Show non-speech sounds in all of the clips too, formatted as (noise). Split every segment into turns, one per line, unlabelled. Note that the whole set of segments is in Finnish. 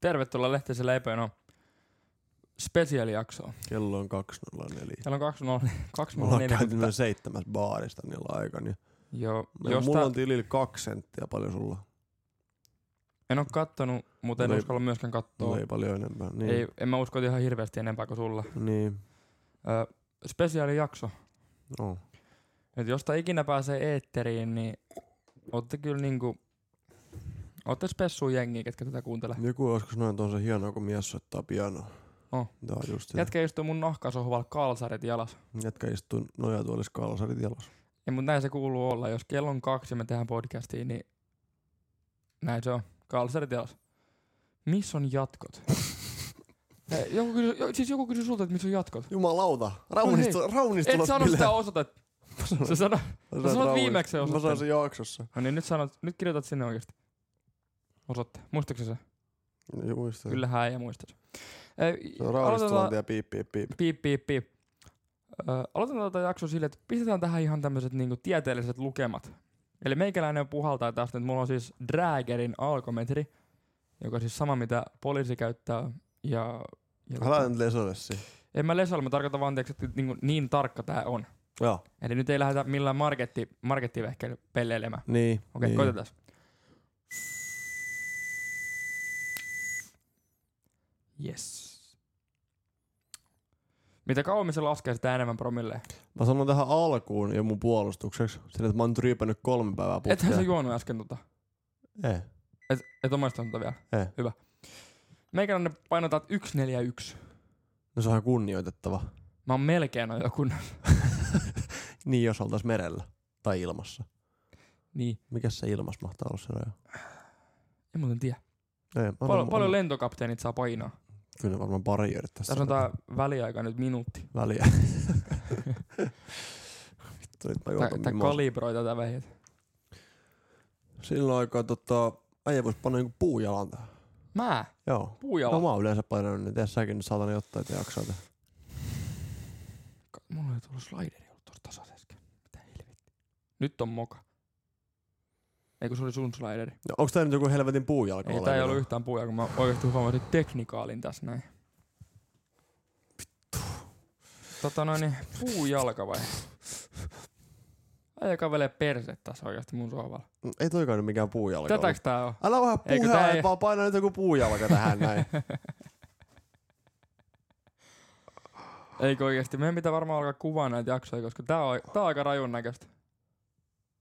Tervetuloa Lehtisen leipäjonon spesiaalijaksoon.
Kello on 2.04.
Täällä on (laughs) 20,
Me ollaan
204.
käyty noin seitsemäs baarista niin niillä aikana. ja
Joo,
meillä-
josta
Mulla on tilillä kaksi senttiä paljon sulla.
en ole kattonut, mutta en
Mulla ei-
uskalla myöskään katsoa.
Mulla ei paljon enemmän. Niin.
Ei, en mä usko, että ihan hirveästi enempää kuin sulla.
Niin.
Ö, spesiaalijakso.
No.
Et jos tää ikinä pääsee eetteriin, niin ootte kyllä niinku... Ootte spessuun jengiä, ketkä tätä kuuntelee.
Joku joskus noin, että on se hienoa, kun mies soittaa pianoa.
Oh.
Tää on just sitä. Jätkä,
Jätkä istuu mun nahkasohvalla kalsarit jalas.
Jätkä istuu nojatuolissa kalsarit jalas.
Ja mut näin se kuuluu olla. Jos kello on kaksi ja me tehdään podcastia, niin näin se on. Kalsarit jalas. Missä on jatkot? Hei, joku kysy, jo, siis joku kysyi sulta, että missä on jatkot.
(laughs) Jumalauta!
Raunistu-
Raunistu,
No niin. Et
raunistulos
sano sitä osoitetta. Sä sano, sä sanoit viimeksi se
Mä
osoitteen.
sain sen jaksossa.
no niin, nyt, sanot, nyt kirjoitat sinne oikeesti. Osoitte. Muistatko sä?
Joo, muistan. Kyllä.
Kyllähän ja muistat. Ei,
Niin Se on
aloitetaan,
raunistulantia piip, piip, piip.
piip, piip, piip. Ö, aloitetaan tätä jaksoa sille, että pistetään tähän ihan tämmöiset niinku tieteelliset lukemat. Eli meikäläinen puhaltaa tästä, että mulla on siis Drägerin alkometri, joka on siis sama mitä poliisi käyttää. Ja, ja tota,
Älä nyt lesone siihen.
en mä lesoilla, mä tarkoitan vaan, tiiäks, että niin, niin tarkka tää on.
Joo.
Eli nyt ei lähdetä millään marketti, markettivehkeillä pelleilemään.
Niin.
Okei,
niin.
okay, koitetaan. Yes. Mitä kauemmin se laskee, sitä enemmän promille.
Mä sanon tähän alkuun ja mun puolustukseksi sen, että mä oon nyt ryypännyt kolme päivää Eh,
Ethän
putkeen.
sä juonut äsken tota.
Ei.
Et, et ole maistanut tota vielä.
Ei.
Hyvä. Meikäläinen painotat 141.
No se on ihan kunnioitettava.
Mä oon melkein on joku.
Niin jos oltais merellä tai ilmassa.
(laughs) Niin,
Mikäs se ilmas mahtaa olla se raja?
en muuten tiedä.
Ei, mä
Pal-
mä-
paljon lentokapteenit saa painaa.
Kyllä ne varmaan pari jörit tässä.
Tässä on tää väliaika nyt minuutti. (laughs)
väliä. Vittu, nyt mä
Tää,
juotan
tää
mimosa.
kalibroi tätä vehjet.
Silloin aikaa tota, äijä vois panna jonkun puujalan tähän.
Mä,
Joo.
puujala.
No mä oon yleensä painanut, niin tiedä säkin nyt saatana jotain, että No, jaksaa tehdä.
Ka- Mulla ei tullut slideri ollut tuossa tasas äsken. Mitä helvetti. Nyt on moka. Eikö se oli sun slideri?
No, onks tää nyt joku helvetin puujalka
Ei, tää ei
oleminen?
ollut yhtään puuja, kun mä oikeesti huomasin teknikaalin tässä näin. Tota noin, niin puujalka vai? Äijä kavelee perse tässä oikeesti mun sohvalla.
(laughs) Ei toikaan nyt mikään puujalka ole.
Tätäks tää on?
Älä vähän
Eikö
puhea,
tää
ei...
ei-
vaan paina nyt joku puujalka tähän
(laughs)
näin.
Eikö oikeesti? Meidän pitää varmaan alkaa kuvaa näitä jaksoja, koska tää on, tää on aika rajun näköistä.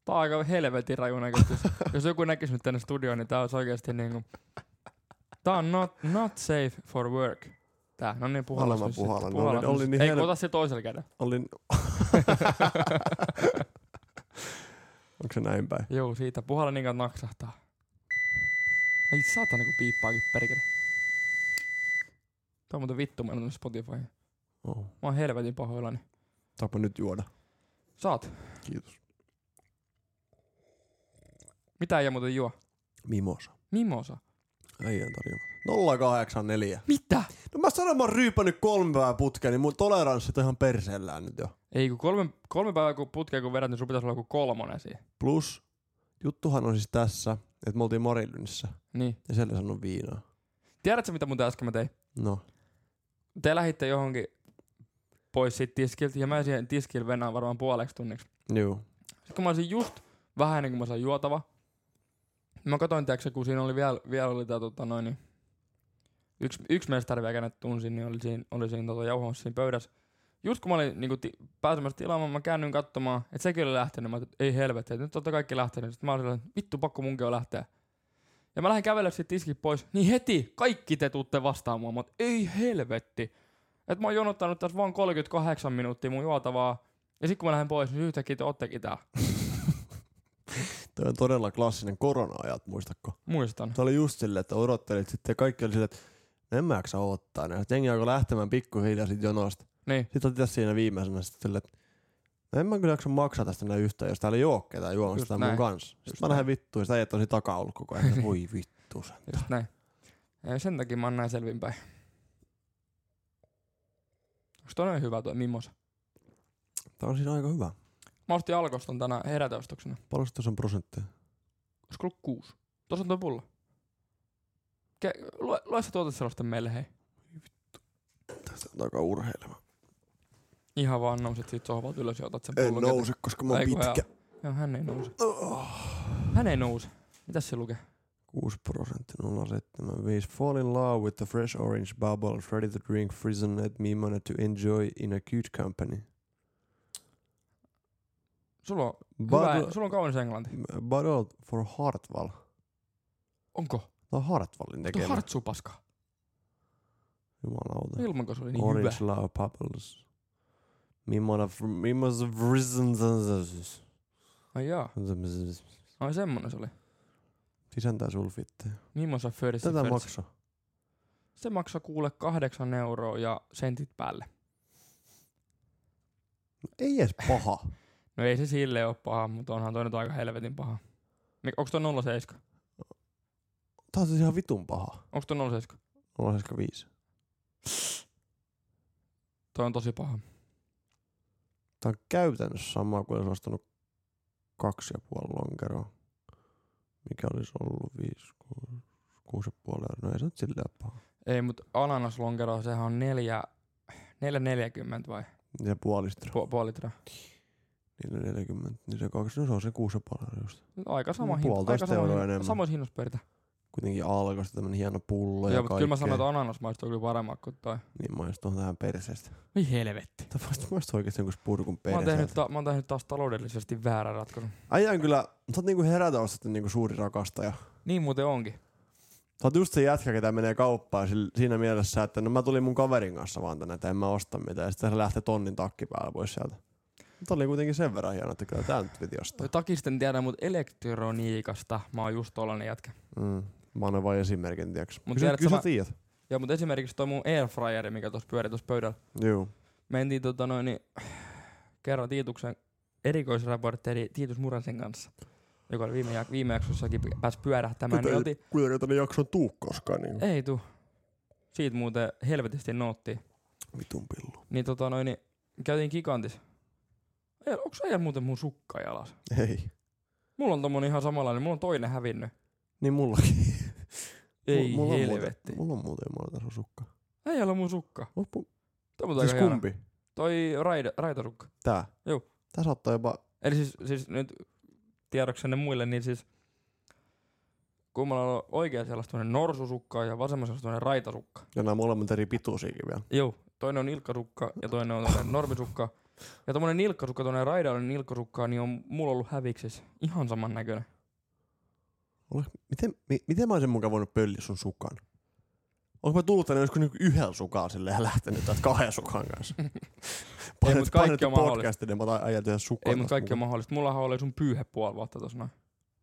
Tää on aika helvetin rajun
(laughs)
näköistä. Jos- Jos joku näkis nyt tänne studioon, niin tää olisi oikeesti niinku... Tää on not, not safe for work. Tää, no niin, puhalla.
Anna mä
sen sitten,
puhallan. No
puhalla
niin, oli
sen
niin
sitten. Ei,
hel-
kun ota se toisella kädellä.
Olin... (laughs) Onko se näin päin?
Joo, siitä. Puhalla niin kauan naksahtaa. Ai saatana, kun piippaakin perkele. Tää on muuten vittu mennyt tuonne Spotifyhin.
Oh.
Mä oon helvetin pahoillani.
Saapa nyt juoda.
Saat.
Kiitos.
Mitä ei muuten juo?
Mimosa.
Mimosa.
Äijän tarjoama. 084.
Mitä?
No mä sanon, mä oon ryypännyt kolme päivää putkeen, niin mun toleranssit on ihan perseellään nyt jo.
Ei, kun kolme, kolme päivää kun putkea kun vedät, niin sun pitäisi olla joku kolmonen siihen.
Plus, juttuhan on siis tässä, että me oltiin Marilynissä
Niin.
ja siellä ei saanut viinaa.
Tiedätkö mitä mun äsken mä tein?
No,
Te lähditte johonkin pois siitä tiskiltä ja mä siihen tiskille venään varmaan puoleksi tunniksi.
juu.
Sitten kun mä olisin just vähän ennen kuin mä sain juotava, niin mä katsoin, tiedätkö, kun siinä oli vielä, vielä oli tää, tota, noin, niin, yksi, yksi mestari vielä kenet tunsin, niin oli siinä, oli siinä tota, jauhamassa siinä pöydässä. Just kun mä olin niin ti, pääsemässä tilaamaan, mä käännyin katsomaan, että sekin oli lähtenyt. Mä ajattelin, että ei helvetti, että nyt olette kaikki lähtenyt. Sitten mä olin sellainen, että vittu pakko munkin on lähteä. Ja mä lähdin kävelemään siitä tiskit pois, niin heti kaikki te tuutte vastaamaan. Mä oon, ei helvetti. Että mä oon jonottanut tässä vaan 38 minuuttia mun juotavaa. Ja sitten kun mä lähden pois, niin yhtäkkiä te ottekin tää.
Toi on todella klassinen korona-ajat, muistatko?
Muistan.
Se oli just silleen, että odottelit sitten ja kaikki oli silleen, että no en mä jaksa odottaa. Ja sit jengi alkoi lähtemään pikkuhiljaa siitä jonosta.
Niin.
Sitten oltiin tässä siinä viimeisenä sitten silleen, että no en mä kyllä jaksa maksaa tästä enää yhtään, jos täällä ei oo ketään juomassa
Just
sitä mun
näin.
kanssa. Sitten mä lähden vittuun ja sitä ei tosi takaa ollut
(laughs)
koko ajan. Voi vittu sen.
Just näin. Ja sen takia mä oon näin selvinpäin. Onks todella hyvä tuo mimosa?
Tää on siinä aika hyvä.
Mä ostin alkoston tänään heräteostoksena.
Paljon se tuossa on prosentteja?
Olisiko ollut kuusi? Tuossa on tuo pullo. Ke- lue, lue se tuoteseloste meille, hei.
Tästä on aika urheilema.
Ihan vaan nouset siitä sohvalta ylös ja otat sen
En
pullon.
nouse, koska mä oon
Ei, kun
pitkä.
käteen. Joo, hän ei nouse.
Oh.
Ah. Hän ei nouse. Mitäs se lukee?
6 prosentti 075. Fall in love with the fresh orange bubble, ready to drink, frozen at me money to enjoy in a good company.
Sulla on, hyvä,
Bottle,
sulla on kaunis englanti.
bottle for Hartwall. No,
Onko?
Tämä on
Tuo
Hartwallin tekemä.
hartsuu paskaa.
Jumalauta.
Ilmanko se oli niin
Orange
hyvä?
Love Bubbles. Mimmoinen... Mimmoinen... Vrizzens-
Ai jaa. Ai semmonen se oli.
Sisältää sulfiitteja.
Mimmosa Fersi
Tätä
Fersi.
maksaa.
Se maksaa kuule kahdeksan euroa ja sentit päälle.
Ei edes paha.
No ei se sille ole paha, mutta onhan toi nyt aika helvetin paha. Mik- Onks toi 07?
Tää on siis ihan vitun paha.
Onks toi 07?
0,75.
Toi on tosi paha.
Tää on käytännössä sama kuin olisi ostanut kaksi ja puoli lonkeroa. Mikä olisi ollut viisi, kuusi, kuusi ja puoli euroa. No ei se nyt silleen paha.
Ei, mut ananaslonkero, sehän on neljä, neljä 40 vai
Ja puoli litraa.
Pu- puoli litraa.
Niillä 40. Niin se kaksi, no se on se kuusi ja puoli euroa just.
Nyt Aika sama
No,
hinta. Aika
puolitoista
sama
euroa
hinta.
enemmän.
Samoissa hinnoissa pyöritään.
Kuitenkin alkoista tämmönen hieno pullo ja,
Joo,
ja
mutta
kaikkea.
kyllä mä sanon, että ananas maistuu kyllä paremmin kuin toi.
Niin maistuu tähän perseestä.
Voi helvetti.
Tämä maistuu oikeesti jonkun spurkun
Mä oon,
perseestä.
tehnyt, ta- mä oon tehnyt taas taloudellisesti väärän ratkaisun.
Äijä on kyllä, sä oot niinku herätä ostettu niinku suuri rakastaja.
Niin muuten onkin.
Sä oot just se jätkä, ketä menee kauppaan sil- siinä mielessä, että no mä tulin mun kaverin kanssa vaan tänne, että en mä osta mitään. Ja sitten se lähtee tonnin takki päällä pois sieltä. Mutta oli kuitenkin sen verran hieno, että kyllä tää nyt piti ostaa.
Toi takisten tiedän, mutta elektroniikasta mä oon just tollanen jätkä.
Mm. Mä annan vain esimerkin, tiiäks.
Mut
Kyllä,
tiedät
kyllä
sä
sä
mä-
tiedät.
Joo, mutta esimerkiksi toi mun airfryeri, mikä tuossa pyörii tuossa pöydällä.
Juu.
Mentiin tota noin, niin, kerran Tiituksen erikoisraportteri Tiitus Muransen kanssa, joka oli viime, jak- viime jaksossakin p- pääsi pyörähtämään. Niin oltiin,
kuitenkin tänne jakson tuu koskaan. Niin.
ei tuu. Siitä muuten helvetisti nootti.
Vitun pillu.
Niin tota noin, niin, käytiin gigantis. Ei, onks äijä muuten mun sukka jalas?
Ei.
Mulla on tommonen ihan samanlainen, mulla on toinen hävinnyt.
Niin mullakin.
Ei
Mulla- mulla on
helvetti.
muuten- Mulla on muuten mulla tässä on sukka.
Äijällä on mun sukka.
Loppu.
Toi on muuten
Siis
aika hieno.
kumpi?
Toi raida, raitasukka.
Tää.
Juu.
Tää saattaa jopa
Eli siis, siis nyt tiedoksenne muille, niin siis kummalla on oikea sellaista tuollainen norsusukka ja vasemmalla sellaista tuollainen raitasukka.
Ja nämä molemmat eri pituisiakin vielä.
Joo, toinen on ilkkasukka ja toinen on tuollainen normisukka. Ja tuommoinen nilkkasukka, tuollainen raidallinen nilkkasukka, niin on mulla ollut häviksessä ihan saman näköinen.
Miten, mi, miten mä olisin mukaan voinut pölliä sun sukan? Onko mä tullut tänne joskus niinku yhden sukaan silleen ja lähtenyt täältä kahden sukan
(laughs)
kanssa?
Ei, mut kaikki on mahdollista.
podcastin ja mä otan ajan tehdä sukaan.
Ei, mutta
taas
kaikki on
mukaan.
mahdollista. Mullahan oli sun pyyhe puoli vuotta tossa noin.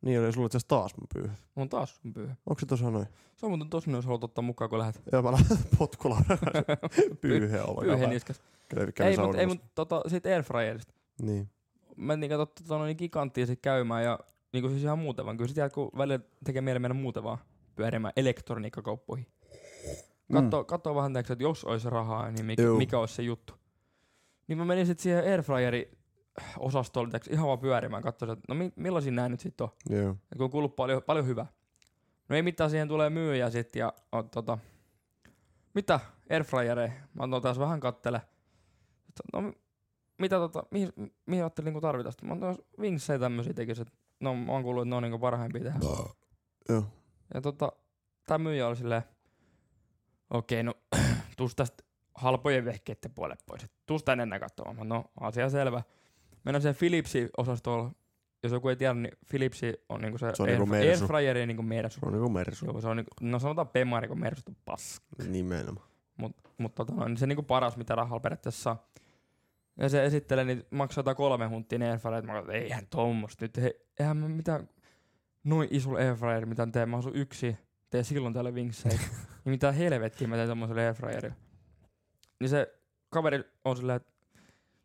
Niin oli, sulla itse asiassa taas mun pyyhä.
Mulla on taas sun pyyhe.
Onko se tuossa noin?
Se on muuten tossa noin, jos haluat ottaa mukaan, kun lähdet.
Joo, mä lähden (laughs)
(laughs)
potkulaudan kanssa. Pyyhe
Pyyhe
olkaa.
niskas.
Kävi
Ei, mutta ei,
saunamassa.
mut, tota, siitä airfryerista.
Niin.
mentiin katsomaan tota, noin giganttia sit käymään ja niinku siis ihan muuten vaan. Kyllä sit jatkuu välillä tekee mieli mennä muuten vaan pyörimään elektroniikkakauppoihin. Katso, mm. katso vähän tiiäks, että jos olisi rahaa, niin mikä,
Juu.
mikä olisi se juttu. Niin mä menin sitten siihen airfryeri osastolle tiiäks, ihan vaan pyörimään, katsoin, että no mi- millaisia nää nyt sitten on.
Mm. Joo.
Et kun on kuullut paljon, paljon hyvää. No ei mitään, siihen tulee myyjä sit ja on, tota, mitä airfryerejä? Mä annan taas vähän kattele. Sit on, No mi- mitä tota, mihin, mihin ajattelin niinku tarvita sitä? Mä annan vinksejä tämmösiä tekis, et no mä oon kuullut, että ne on niinku parhaimpia tehdä.
Joo.
Ja tota, tää myyjä oli silleen, okei no (clears throat) tuus tästä halpojen vehkeiden puolelle pois. Et Tuus tänne enää katsomaan. Mä, No asia selvä. Mennään siihen Philipsin osastolla. Jos joku ei tiedä, niin Philipsi on niinku se,
Se on niinku
airf-
Mersu.
airfryeri niinku mersu.
Se on niinku mersu.
Joo, se on niinku, no sanotaan Pemari, kun Mersut on paska.
Nimenomaan.
Mutta tota, noin, niin se niinku paras, mitä rahalla periaatteessa saa. Ja se esittelee, niin maksaa jotain kolme hunttia ne airfryerit. Mä katsoin, että eihän tommosta nyt. He, eihän mä mitään noin isul airfryer, mitä teen. Mä asun yksi, teen silloin täällä vinksejä. niin mitä helvettiä mä teen tommoselle airfryerille. Niin se kaveri on silleen, että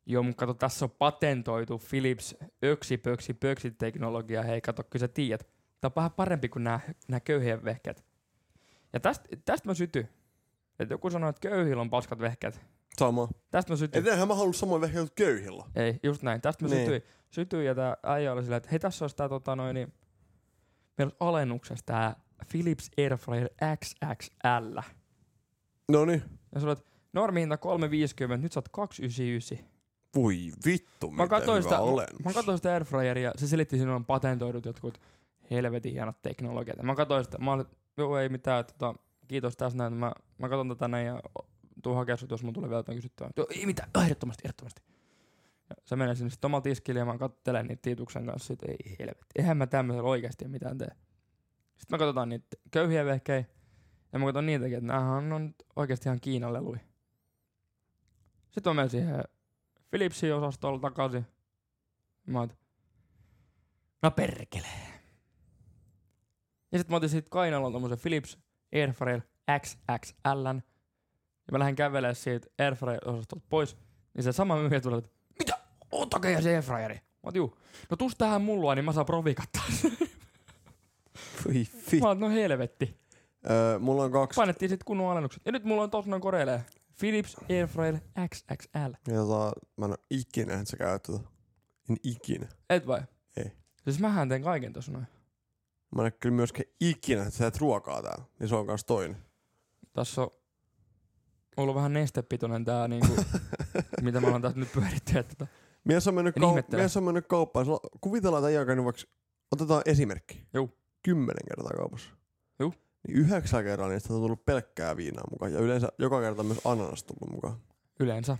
joo, mutta kato, tässä on patentoitu Philips öksi pöksi pöksi teknologia. Hei, kato, kyllä sä tiedät. Tää on vähän parempi kuin nämä, nämä köyhien vehkeet. Ja tästä täst mä sytyn. Et joku sanoo, että köyhillä on paskat vehkeet.
Sama.
Tästä mä sytyin.
Etenhän mä halunnut samoin vehkeä kuin köyhillä.
Ei, just näin. Tästä mä
Niin.
sytyin. Sytyin ja tää äijä oli silleen, että hei tässä olisi tää tota noin, niin, meillä olisi alennuksessa tää Philips Airfryer XXL.
No niin.
Ja sä olet normihinta 350, nyt sä oot 299.
Voi vittu,
Mä
mä miten
katsoin
hyvä
sitä-
sitä, olen.
Mä katsoin sitä airfryeria, se selitti sinulle on patentoidut jotkut helvetin hienot teknologiat. Ja Mä katsoin sitä, mä olin, joo ei mitään, tota, kiitos tässä näin, mä, mä katson tätä näin ja o, tuu hakea sut, jos mun tulee vielä jotain kysyttävää. Joo ei mitään, joo, ehdottomasti, ehdottomasti. Ja se menee sinne sitten omalle tiskille ja mä kattelen niitä tiituksen kanssa, että ei helvetti, eihän mä tämmöisellä oikeasti mitään tee. Sitten mä katsotaan niitä köyhiä vehkejä, ja mä katson niitäkin, että näähän on nyt oikeasti ihan Kiinan lelui. Sitten mä menen siihen Philipsin osastolle takaisin. Mä oon, et, no perkele. Ja sit mä otin siitä kainaloon tommosen Philips Airfryer XXL. Ja mä lähden kävelemään siitä Airfryer-osastolta pois. Niin se sama myyjä tulee, että mitä? Ottakaa ja se Airfryeri. Mä oon, juu. No tus tähän mullua, niin mä saan provikattaa.
Voi
mä
vittu.
oon, no helvetti.
Öö, mulla on kaksi.
Painettiin sit kunnon alennukset. Ja nyt mulla on tos noin koreilee. Philips Airfryer XXL.
Jota, tota, mä en oo ikinä nähnyt sä käytetä. En ikinä.
Et vai?
Ei.
Siis mähän teen kaiken tossa noin.
Mä en oo kyllä myöskään ikinä, että sä teet ruokaa täällä. Niin se on kans toinen.
Tässä on ollut vähän nestepitoinen tää (laughs) niinku, mitä me ollaan tässä nyt pyöritty. Että tota,
Mies on mennyt,
En
kau-
ihmettele.
mies on mennyt kauppaan. Sulla- Kuvitellaan, että ei käynyt vaikka, otetaan esimerkki.
Juu.
Kymmenen kertaa kaupassa.
Juu.
Niin yhdeksän kerran niistä on tullut pelkkää viinaa mukaan. Ja yleensä joka kerta on myös ananas tullut mukaan.
yleensä.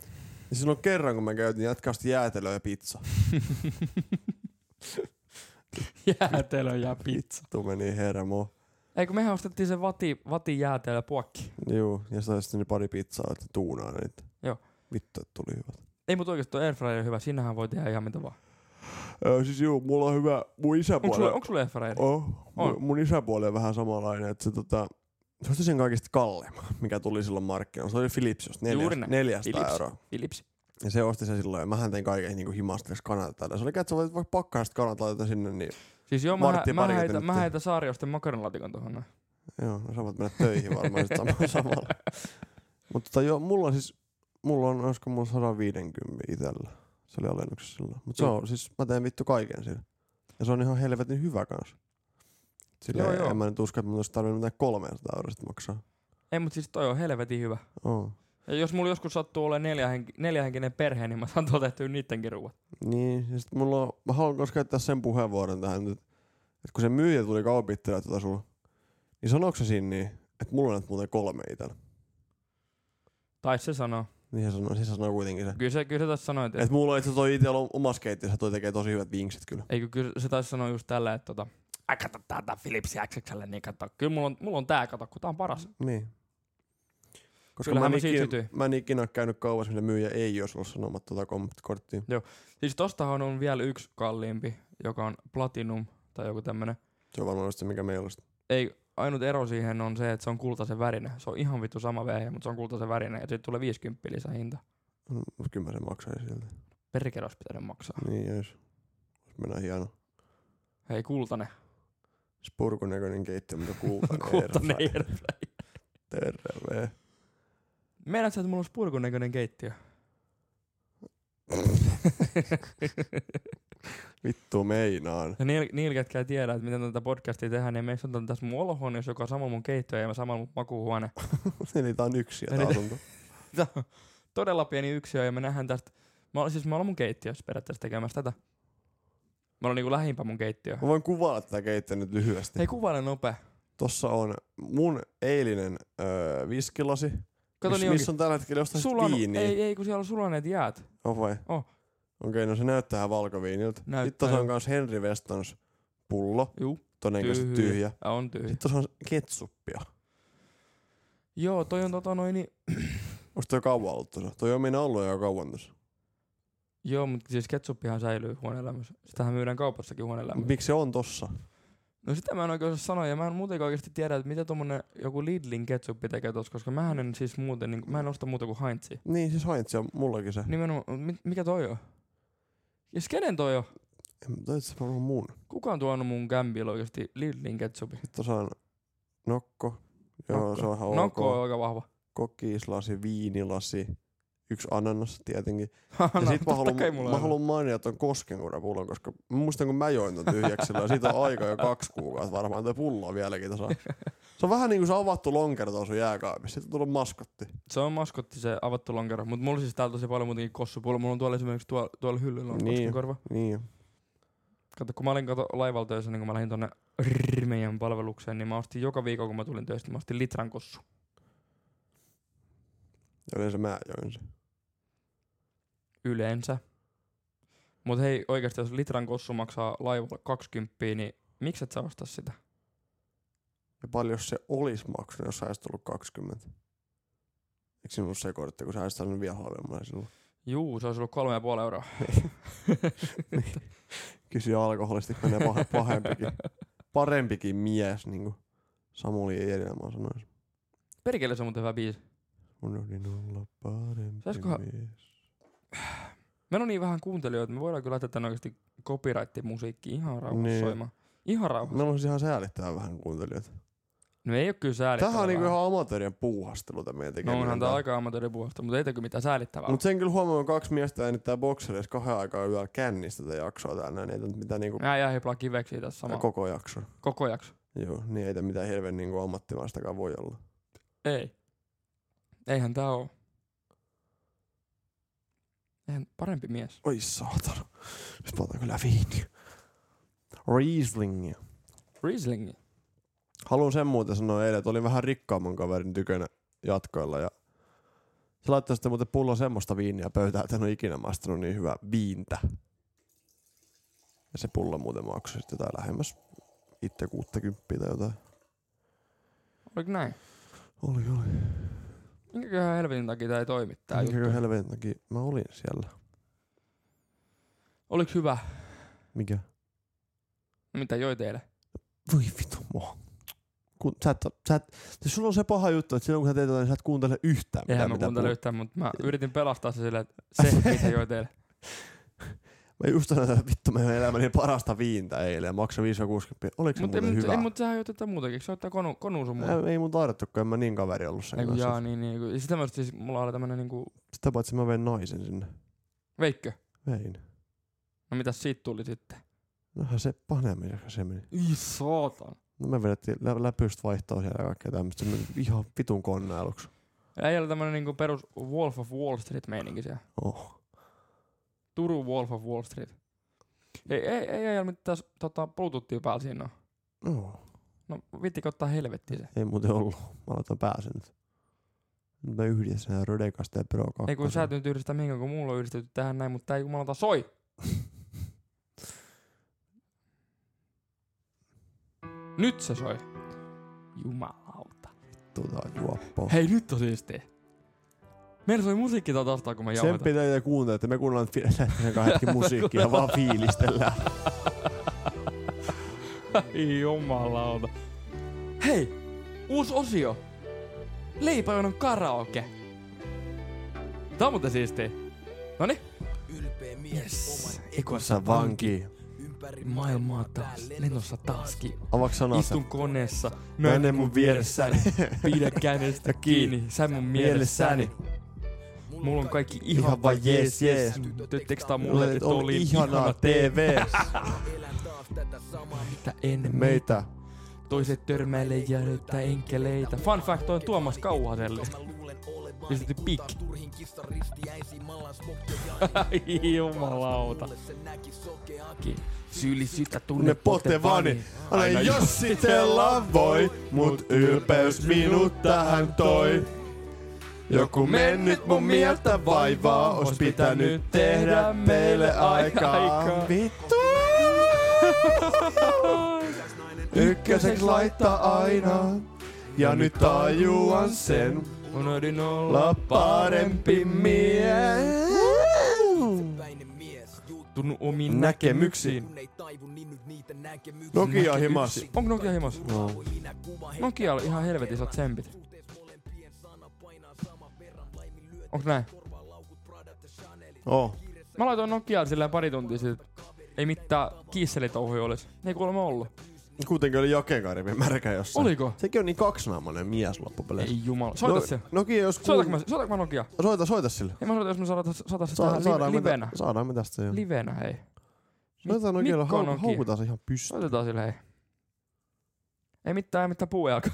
Ja silloin kerran, kun mä käytin jatkavasti jäätelöä ja pizza.
Jäätelö ja pizza.
Tuu meni hermo.
Ei kun mehän ostettiin se vati, vati jäätelö puokki.
Joo, ja sä sitten ne pari pizzaa, että tuunaa niitä.
Joo.
Vittu, että tuli hyvä.
Ei mut oikeesti toi airfryer on hyvä, sinähän voi tehdä ihan mitä vaan.
Öö, siis joo, mulla on hyvä, mun
Onko sulla,
isäpuolella...
onko sulla airfryer?
Oh,
On.
mun, mun isäpuoli on vähän samanlainen, että se tota... Se osti sen kaikista kalleimman, mikä tuli silloin markkinoilla. Se oli Philips just,
Juuri
neljä,
näin.
400
Philips.
euroa.
Philips.
Ja se osti sen silloin, ja mähän tein kaiken niin himasta, jos kanat täällä. Se oli käytä, että vaikka pakkaista kanat laitetaan sinne, niin
Siis joo, mä,
Martti
mä,
pari
heitä, mä
kytennettiin.
heitä saariosten makaronlatikon tuohon noin.
joo, no sä voit mennä töihin varmaan
(laughs)
sit sama, samalla. Mutta tota, joo, mulla on siis, mulla on, olisiko mulla 150 itellä. Se oli alennuksessa silloin. Mutta se
Joo.
on, siis mä teen vittu kaiken siinä. Ja se on ihan helvetin hyvä kans. Sillä
Joo,
en
joo.
mä nyt usko, että mun olisi tarvinnut mitään 300 eurosta maksaa.
Ei mut siis toi on helvetin hyvä.
Oh.
Ja jos mulla joskus sattuu olemaan neljähenki, neljähenkinen perhe, niin mä saan tuolla tehtyä niittenkin ruuat.
Niin, ja sit mulla on, mä haluan myös käyttää sen puheenvuoron tähän nyt, että kun se myyjä tuli kaupittelemaan tuota sulla, niin sanoiko se siinä niin, että mulla on nyt muuten kolme itellä.
Tai se sanoo.
Niin se sanoi, siis se sanoi kuitenkin se.
Kyllä se, kyllä se tässä sanoi, että
Että mulla on itse toi itellä on omassa keittiössä, toi tekee tosi hyvät vinksit kyllä.
Eikö kyllä se taisi sanoa just tällä, että tota, ai kato tää, tää Philips XXL, niin kato, kyllä mulla on, mulla on tää, kato, kun tää on paras.
Niin. Koska
Kyllähän mä
mä, en
siitä
ikinä, mä en ikinä ole käynyt kaupassa, millä myyjä ei olisi ollut sanomat tuota kom- korttia.
Siis tostahan on vielä yksi kalliimpi, joka on Platinum tai joku tämmönen.
Se on varmaan just se, mikä meillä olisi.
Ei, ainut ero siihen on se, että se on kultaisen värinen. Se on ihan vittu sama vehje, mutta se on kultaisen värinen ja sitten tulee 50 lisähinta.
Mm, mut Kyllä mä sen maksaisin silti.
Perkele olisi pitänyt maksaa.
Niin jos. Mennään hieno.
Hei, kultainen.
Spurkun näköinen keittiö, mutta
(laughs)
kultainen.
Kultainen
herra.
airfryer.
Terve.
Meinaat sä, että mulla on spurkun näköinen keittiö?
Vittu meinaan.
Ja niillä, niil, ketkä ei tiedä, että miten tätä podcastia tehdään, niin meissä on tässä mun olohuoneessa, joka on sama mun keittiö ja sama mun makuuhuone.
Eli tää on yksi ja
Eli-
tää asunto.
Tää on todella pieni yksiö ja me nähdään tästä. Mä olen, siis mä olen mun keittiössä periaatteessa tekemässä tätä. Mä olen niinku lähimpä mun keittiö.
Mä voin kuvailla tätä keittiöä nyt lyhyesti.
Hei kuvaile nopea.
Tossa on mun eilinen öö, viskilasi,
Kato
missä,
niin
missä
onkin.
on tällä hetkellä jostain
Sulla on,
viiniä.
ei, ei, kun siellä on sulaneet jäät.
On Oh vai?
On.
Okei, no se näyttää ihan valkoviiniltä.
Oh. Näyttää
Sitten tuossa on
jo.
myös Henry Westons pullo,
Juu,
todennäköisesti
tyhjä.
tyhjä. tyhjä.
Ja on tyhjä.
Sitten tuossa on ketsuppia.
Joo, toi on tota noin, niin...
Onko toi kauan ollut tuossa? Toi on minä ollut jo kauan tuossa.
Joo, mutta siis ketsuppihan säilyy huoneelämässä. Sitähän myydään kaupassakin
Mut
huoneelämässä.
Miksi se on tossa?
No sitä mä en oikein osaa sanoa, ja mä en muutenkaan oikeasti tiedä, että mitä tommonen joku Lidlin ketsuppi tekee tossa, koska mä en siis muuten, niin, mä en osta muuta kuin Heinzia.
Niin, siis Heinz on mullakin se.
Nimenomaan, mi- mikä toi on? Ja siis kenen toi on?
En, toi itse varmaan mun.
Kuka on tuonut mun kämpille oikeesti Lidlin ketsupi?
Sitten tuossa on nokko. Joo,
Nokko.
se on ihan
Nokko
ok.
on aika vahva.
Kokislasi, viinilasi, yksi ananas tietenkin. Ja
(laughs) Anna,
sit mä
totta
haluan,
kai mulla
mä
on.
haluan mainita ton koskenkurapullon, koska mä muistan kun mä join ton tyhjäksi silloin, ja siitä on aika jo kaksi kuukautta varmaan, toi pullo on vieläkin tässä. Se on vähän niinku se avattu lonkero tuossa sun jääkaapissa, siitä on tullut maskotti.
Se on maskotti se avattu lonkero, mutta mulla siis täällä tosi paljon muutenkin kossupulla. Mulla on tuolla esimerkiksi tuolla, tuolla hyllyllä on
Niin.
niin. korva.
Niin.
Kato, kun mä olin kato laivalla töissä, niin kun mä lähdin tonne rrrr, meidän palvelukseen, niin mä ostin joka viikko, kun mä tulin töistä, mä ostin litran kossu.
Ja yleensä mä join sen.
Yleensä. Mut hei, oikeasti jos litran kossu maksaa laivalla 20, niin miksi et sä osta sitä?
Ja paljon jos se olisi maksanut, jos sä olisit tullut 20. Eikö sinulla ole se kortti, kun sä olisit saanut vielä halvemmalla sinulla?
Juu, se olisi ollut kolme ja puoli euroa.
Kysy alkoholisti, menee
(laughs)
pah- pahempikin. Parempikin mies, niinku Samuli Eerilämaa sanoisi.
Perkele se on muuten hyvä biisi.
Mun on olla parempi
Saisikohan-
mies.
Meillä on niin vähän kuuntelijoita, me voidaan kyllä laittaa tänne oikeasti copyright-musiikki ihan rauhassa
Niin.
niin. soimaan. Ihan rauhassa.
Meillä on siis ihan säälittävää vähän kuuntelijoita.
No ei ole kyllä säälittävää.
Tämähän on niinku ihan amatöörien puuhastelu tämä meidän
No
tekeminen.
onhan tää aika amatööripuolesta, mutta ei tekö mitään säälittävää.
Mut sen kyllä huomaa, kun kaksi miestä äänittää boksereissa kahden aikaa yöllä kännistä tätä jaksoa tänään, niin ei tää mitään niinku,
Mä jää hiplaa kiveksiä tässä
ja
sama koko,
koko jakso.
koko jakso.
Joo, niin ei tää mitään hirveen niinku ammattimaistakaan voi olla.
Ei. Eihän tää oo. Eihän parempi mies.
Oi saatana. Nyt mä otan kyllä viiniä. Rieslingia.
Rieslingi.
Haluan sen muuten sanoa eilen, että olin vähän rikkaamman kaverin tykönä jatkoilla ja se laittoi sitten muuten pullo semmoista viiniä pöytään, että en ole ikinä maistanut niin hyvää viintä. Ja se pullo muuten maksoi sitten jotain lähemmäs itse 60 tai jotain.
Oliko näin?
Oli, oli.
Minkäköhän helvetin takia tää ei toimi tää juttu?
Mikäkö helvetin takia? Mä olin siellä.
Oliko hyvä?
Mikä?
Mitä joi teille?
Voi vitu mua. Kun sä et, sä et, sulla on se paha juttu, että silloin kun sä teet jotain, niin sä et kuuntele yhtään.
Eihän
mitään,
mä
mitä
kuuntele
puhuu.
yhtään, mutta mä yritin pelastaa se silleen, että se mitä joi teille.
Mä just sanoin, että vittu meidän elämäni parasta viintä eilen ja maksoi 560. Oliko se
Mutta
muuten hyvä?
ei, mut sehän joi tätä muutakin. Se ottaa konu, konu sun muuta.
ei, ei mun tarvittu, kun en mä niin kaveri ollut sen
Ei kun
kanssa.
jaa, niin, niin. kun- Sitä mä just siis, mulla oli tämmönen niinku
Sitä paitsi mä vein naisen sinne.
veikkö.
Vein.
No mitä siitä tuli sitten?
Nohan se paneemiseksi se meni.
Ii saatan.
No me vedettiin lä- läpystä vaihtoa siellä ja kaikkea tämmöistä. Se meni ihan vitun konnailuksi.
Ei ole tämmönen niinku perus Wolf of Wall Street meininki siellä.
Oh.
Turun Wolf of Wall Street. Ei, ei, ei, ei ole mitään tota, Bluetoothia päällä siinä on.
No.
No vittikö ottaa helvettiin se.
Ei muuten ollut. Mä laitan pääsen nyt. Nyt me yhdessä ja Rödekasta ja Pro 2.
Ei kun sä et nyt yhdistä mihinkään, kun mulla on yhdistetty tähän näin, mutta tää ei jumalata (laughs) soi! nyt se soi. Jumalauta.
Tuota juoppo.
Hei, nyt on siistiä. Meillä soi musiikki tää taustaa, kun me
Sen
jauhetaan.
pitää teitä kuunnella, että me kuunnellaan fi- (laughs)
(laughs)
kahden hetken musiikkia ja vaan fiilistellään.
Ai jumalauta. Hei, uusi osio. Leipäjonon karaoke. Tää on muuten siistiä. Noni.
Ylpeä mies
Yes.
oman
Ekossa vanki.
ympäri
Maailmaa taas, lennossa taaskin.
Avaaks sanaa
Istun koneessa,
Mä en mun vieressäni.
pidä kädestä kiinni, sä mun mielessäni.
Mielessäni.
Mulla on kaikki
Ihan
ihan
vaan
vaan jees
jees,
jees.
jees.
Tytöt tekstaa mulle,
Mulle
että oli ihana TV.
TV. (laughs)
Elän taas tätä samaa
Mitä ennen meitä
Meitä.
toiset törmäilee ja löytää enkeleitä. Fun fact on Tuomas Kauhaselle.
Mä luulen olevani
Pistetty pik.
taas turhin kissa ristiäisi Malan smokki
(laughs) Ai jumalauta.
se näki sokeakin
Syyllisyyttä
Ne niin.
tunne
potevani. Aina jossitella voi, mut ylpeys minut tähän toi. Joku mennyt mun mieltä vaivaa, ois pitänyt tehdä meille aikaa. Vittu! Ykköseks laittaa aina, ja nyt tajuan sen.
Unohdin olla
olla parempi mies.
päinen mies Jut
Tunnu omiin näkemyksiin.
Näkemyksiin.
kun ei taivu niin nyt niitä näkemyksiä
Nokia himas.
Onko Nokia himas?
No.
Nokia oli ihan helvetin isot tsempit. Onks näin?
Oh.
Mä laitoin Nokiaan sillä pari tuntia sitten, että ei mitään kiisselitouhuja olisi. Ne ei kuulemma ollut.
Kuitenkin oli jakekarivin märkä jossain.
Oliko?
Sekin on niin kaksinaamainen mies loppupeleissä.
Ei jumala.
No-
Soita se.
Nokia jos kuul...
Soitanko mä, soitanko mä Nokia?
Soita, soita sille.
Ei mä soita, jos me saadaan saada se
Saa-
tähän li-
me,
livenä.
tä- saadaan me tästä jo.
Livenä, hei.
Soita Nokialle,
Mikko
hau-
Nokia.
haukutaan se ihan pystyyn.
Soitetaan sille, hei. Ei mitään, ei mitään (laughs) puujalka.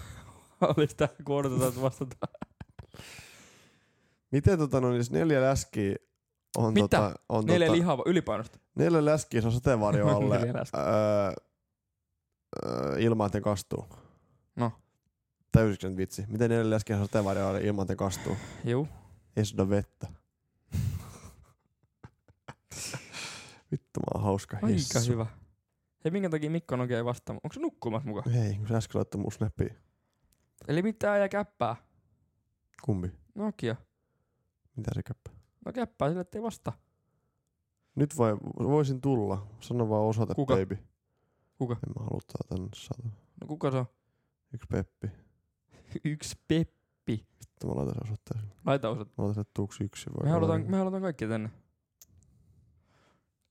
Olis tää, kun odotetaan, että vastataan.
Miten tota noin, siis neljä läskiä on
Mitä?
tota... On
Neljä
tota,
lihava ylipainosta.
neljä läskiä se on sateenvarjo
(laughs)
alle.
Neljä läskiä.
öö, öö, ilman, että ne kastuu.
No.
Täysikö nyt vitsi? Miten neljä läskiä on sateenvarjo alle ilman, että ne kastuu?
Juu.
Ei sitä vettä.
(laughs)
Vittu mä oon hauska
Aika
hissu.
hyvä. Ja minkä takia Mikko Nokia ei vastaa? Onko se nukkumassa mukaan?
Ei, kun sä äsken laittoi mun snappiin.
Eli mitään ja käppää.
Kumpi?
Nokia.
Mitä se käppä?
No käppää sille, ettei vastaa.
Nyt vai, voisin tulla. Sano vaan osoite,
Kuka?
baby.
Kuka?
En mä halua tulla tänne sata.
No kuka se on? (laughs)
Yksi Peppi.
Yksi Peppi.
Sitten mä laitan sen osoitteen.
Laita osat.
Mä laitan sen tuuksi yksi. Vai
Me halutaan,
kolme.
me halutaan kaikki tänne.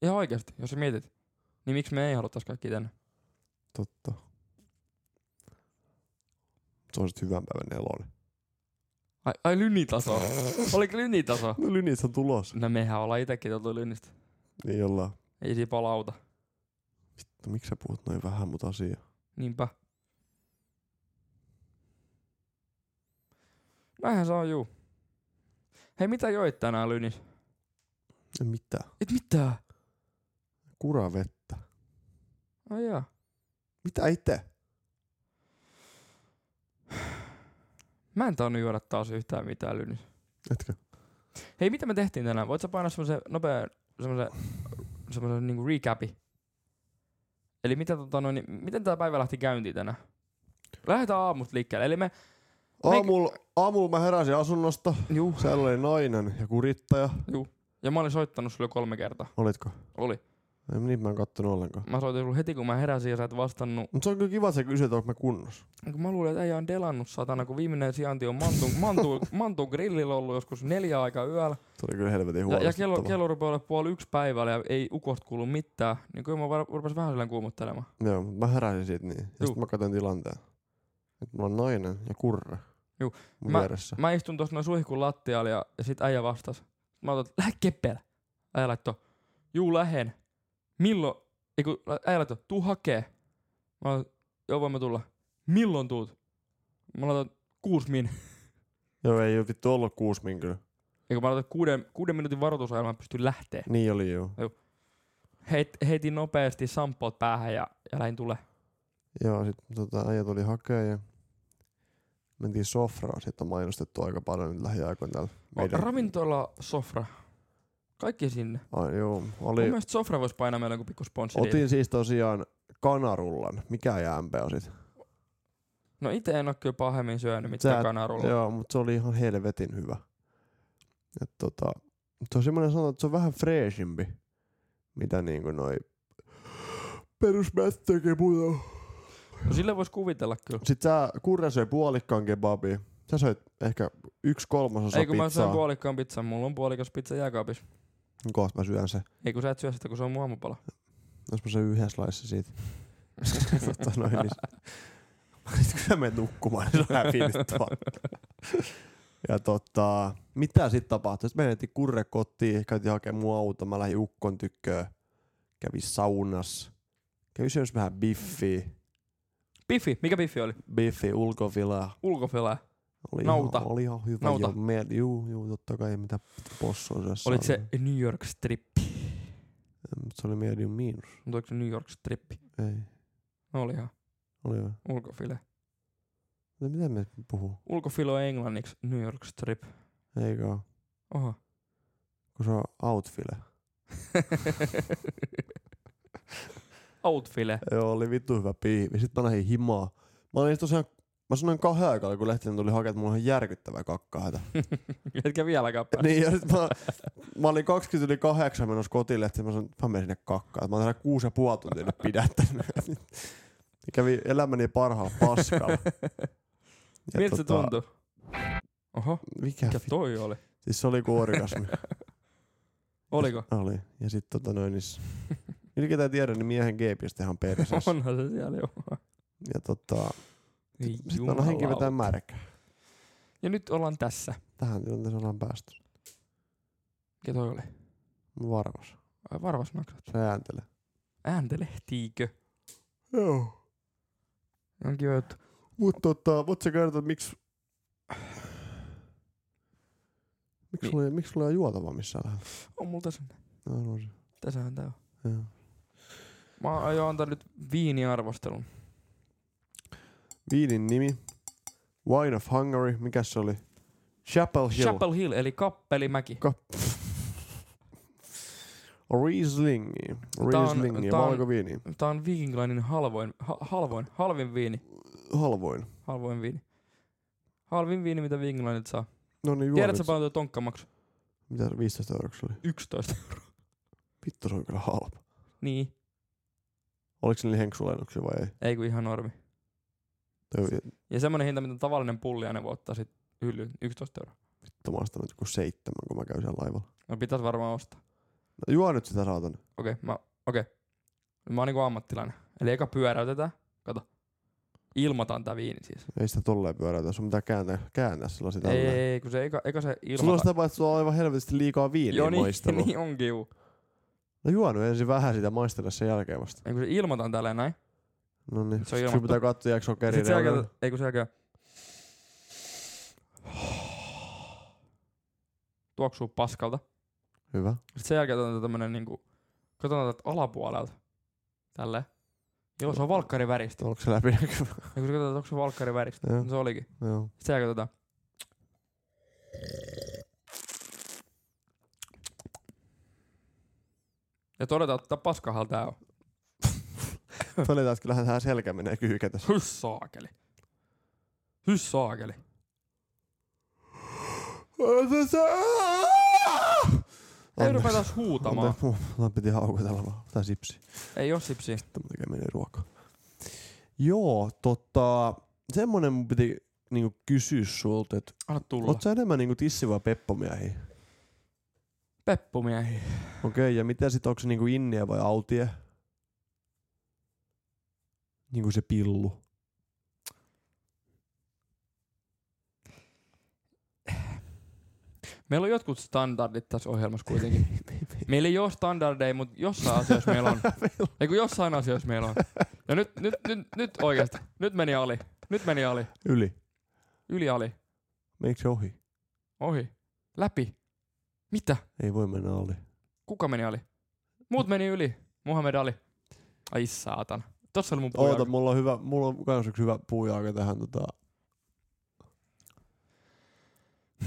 Ihan oikeasti, jos sä mietit. Niin miksi me ei haluttais kaikki tänne?
Totta. Se on sit hyvän päivän nelonen.
Ai, ai lynitaso. Oliko lynitaso?
No lynit on tulossa.
No mehän ollaan itekin tultu lynnistä.
Niin ollaan.
Ei siinä palauta.
No, miksi sä puhut noin vähän mut asiaa?
Niinpä. Näinhän se on juu. Hei mitä joit tänään lynis?
Ei mitään.
Et mitään.
Kura vettä.
Ai jaa.
Mitä itse?
Mä en tainnut juoda taas yhtään mitään lynis.
Etkö?
Hei mitä me tehtiin tänään? Voit sä painaa semmosen nopeen semmosen, semmosen niinku recapi? Eli mitä tota noin, miten tää päivä lähti käyntiin tänään? Lähdetään aamusta liikkeelle. Eli me,
Aamulla, aamulla mä heräsin asunnosta.
juu,
Siellä oli nainen ja kurittaja.
ja mä olin soittanut sulle jo kolme kertaa.
Olitko?
Oli.
Ei niitä mä en kattonut ollenkaan.
Mä soitin sulle heti kun mä heräsin ja sä et vastannut.
Mut se on kyllä kiva, että sä kysyt, onko mä kunnossa.
Niin Kun mä luulen, että äijä on delannut satana, kun viimeinen sijainti on Mantun, (laughs) Mantun, Mantun grillillä ollut joskus neljä aikaa yöllä.
Se oli kyllä helvetin
Ja, ja kello,
huolestuttava.
kello rupeaa olla puoli yksi päivällä ja ei ukosta kuulu mitään. Niin kyllä mä var- rupesin vähän silleen kuumottelemaan.
Joo, mut mä heräsin siitä niin. Ja
Juu.
sitten mä katsoin tilanteen. Nyt mulla on nainen ja kurre.
Juu.
Mun
Mä-
vieressä.
Mä istun tuossa noin suihkun lattialla ja, ja sit äijä vastas. Mä otan, lähde keppeellä. Äijä laittoi, juu lähen. Milloin? Ei kun, äijä laittoi, tuu hakee. Mä otan, joo voimme tulla. Milloin tuut? Mä laitan kuusi min.
Joo, ei oo vittu ollut kuusmin kyllä.
Eikö mä laitan kuuden, kuuden minuutin varoitusajalla mä pystyn lähteä.
Niin oli joo.
Heit, heitin nopeasti samppaat päähän ja, ja lähin tulee.
Joo, sit tota, äijä tuli hakea ja mentiin sofraan. Siitä on mainostettu aika paljon nyt lähiaikoina täällä meidän.
Ravintola, sofra. Kaikki sinne.
Ai, joo,
Mun
oli.
mielestä sofra voisi painaa meillä joku pikku sponssi.
Otin siis tosiaan kanarullan. Mikä jäämpä on sit?
No itse en ole kyllä pahemmin syönyt mitään
Sä-
kanarulla.
Joo, mutta se oli ihan helvetin hyvä. Et tota, mut se on semmoinen sanotaan, että se on vähän freesimpi, mitä niinku noi perusmättä kebuja.
No sille voisi kuvitella kyllä.
Sitten sä kurre söi puolikkaan kebabia. Sä söit ehkä yksi kolmasosa
Ei kun mä
pizzaa.
syön puolikkaan pizzan, mulla on puolikas pizza jääkaapissa.
Kohta mä syön se.
Ei kun sä et syö sitä, kun se on mun aamupala.
Jos mä söin yhden slice siitä. (laughs) tota noin, niin... (laughs) Sitten kun sä menet nukkumaan, niin se on häpiinnyttävää.
(laughs)
ja tota, mitä sitten tapahtui? Sitten me menettiin kurre kotiin, käytiin hakemaan mun auto, mä lähdin ukkon tyköön. Kävi saunas. Kävi syömässä vähän biffiä.
Piffi, mikä piffi oli?
Biffi ulkofilaa.
Ulkofilää.
Oli
Nauta.
Ihan, oli ihan hyvä.
Nauta.
Joo, me, juu, juu, totta kai mitä possu syössä.
Olit se New York strippi.
Mm, Se oli medium miinus.
Mutta oliko No se New York strippi?
Ei,
No oli ihan.
oli hyvä.
Ulkofile.
Mutta Mitä me puhuu?
Ulkofile on englanniksi New York strip.
Eikö oo?
Oho.
Kun se on outfile.
Outfile.
Joo, oli vittu hyvä piivi. Sitten mä lähdin himaa. Mä olin tosiaan, mä sanoin kahden aikaa, kun Lehtinen tuli hakemaan, että mulla on ihan järkyttävä kakkahätä.
Etkä vieläkään pääse.
(laughs) niin, ja sit mä, mä olin 20 yli kahdeksan menossa kotille, että mä sanoin, että mä menen sinne kakkaan. Mä oon täällä kuusi ja puoli tuntia nyt pidättänyt. (laughs) Kävi elämäni parhaalla paskalla. Ja
(laughs)
tota-
Miltä se tuntui? Oho, mikä
Mikä, mikä
toi oli?
Siis se oli kuin orgasmi.
(laughs) Oliko?
oli.
(laughs)
Ja sit tota noin, niin... Niillä ketä tiedä, niin miehen G-pistehän on perseessä.
Onhan se siellä jo.
Ja tota,
Ei
sitten on henki
jumalauta.
vetää märkää.
Ja nyt ollaan tässä.
Tähän tilanteeseen ollaan päästy.
Mikä toi oli?
Mun varmasti.
Ai, Varvas maksat.
Se ääntelee.
Ääntelehtiikö?
Joo.
On kiva juttu.
Mut tota, voit sä kertoa, miksi... Miksi
Niin.
sulla, ei- miksi sulla ei ole juotavaa missään lähellä?
On mulla tässä.
No, no, se.
Tässähän tää on.
Joo.
Mä aion antaa nyt viiniarvostelun.
Viinin nimi. Wine of Hungary. Mikäs se oli? Chapel Hill.
Chapel Hill eli Kappelimäki.
Riesling.
on-
Riesling.
tää on-
Valkoviini.
Tää on Viking Linein halvoin, ha, halvoin, halvin viini.
Halvoin.
Halvoin viini. Halvin viini, mitä Viking Lineit saa.
No niin, juo
Tiedätkö
nyt.
paljon tuo tonkka maksu?
Mitä 15 euroa se oli?
11.
Vittu, se on kyllä halpa.
(laughs) niin.
Oliko niillä henksulennuksia vai ei?
Ei kun ihan normi.
Toi oli
Ja semmonen hinta, mitä tavallinen pulli aina voi ottaa sit hyllyyn. 11 euroa.
vittomasta nyt joku seitsemän, kun mä käyn siellä laivalla.
No pitäis varmaan ostaa.
No, juo nyt sitä saatan.
Okei, mä, okei. Mä oon niinku ammattilainen. Eli eka pyöräytetään. Kato. Ilmataan tää viini siis.
Ei sitä tolleen pyöräytä, sun pitää kääntää, kääntää sillä sitä.
Ei, ei, ei, kun se eka, eka se ilmataan.
Sulla on sitä vaan, että sulla on aivan helvetisti liikaa viiniä
Joo, niin,
maistelu.
(laughs) niin onkin juu.
No juo nyt ensin vähän sitä maistella sen jälkeen vasta.
Ei kun se ilmataan tälleen näin.
No niin,
Se on
sun
ilmattu.
pitää katsoa jääkö sokeri.
Sitten se jälkeen, ei kun se jälkeen.
(sighs)
Tuoksuu paskalta.
Hyvä.
Sitten sen jälkeen otetaan tämmönen niinku, katsotaan tältä alapuolelta. Tälleen. Joo, se on valkkariväristä.
Onko se läpinäkyvä?
Ei kun se katsotaan, että onko se valkkariväristä.
Joo.
No Se olikin.
(laughs) Joo.
Sitten sen jälkeen otetaan. Ja todetaan, että paskahal tää on.
Todetaan, että kyllähän tähän selkä menee kyykä tässä.
Hyss saakeli. Hyss saakeli. Ei rupea taas huutamaan.
Anteeksi, mun- Mulla piti haukotella vaan. Tää sipsi.
Ei oo sipsiä.
Sitten mun tekee mieli ruokaa. Joo, tota, semmonen mun piti niinku kysyä sulta, että
Anna tulla.
oot sä enemmän niinku tissi- vai peppomiehiä?
Peppumiehi.
Okei, okay, ja mitä sit, onko se niinku inniä vai autie? Niinku se pillu.
Meillä on jotkut standardit tässä ohjelmassa
(laughs)
kuitenkin. meillä ei ole standardeja, mutta jossain asioissa meillä on. Ei kun jossain asioissa meillä on. Ja nyt, nyt, nyt, nyt oikeasti. Nyt meni ali. Nyt meni ali.
Yli.
Yli ali.
Meikö se ohi?
Ohi. Läpi. Mitä?
Ei voi mennä alle.
Kuka meni ali? Muut meni yli. Muhammed Ali. Ai saatana. Tossa oli mun
Oota,
poika.
mulla on hyvä, mulla on kans yksi hyvä puujaaka tähän tota...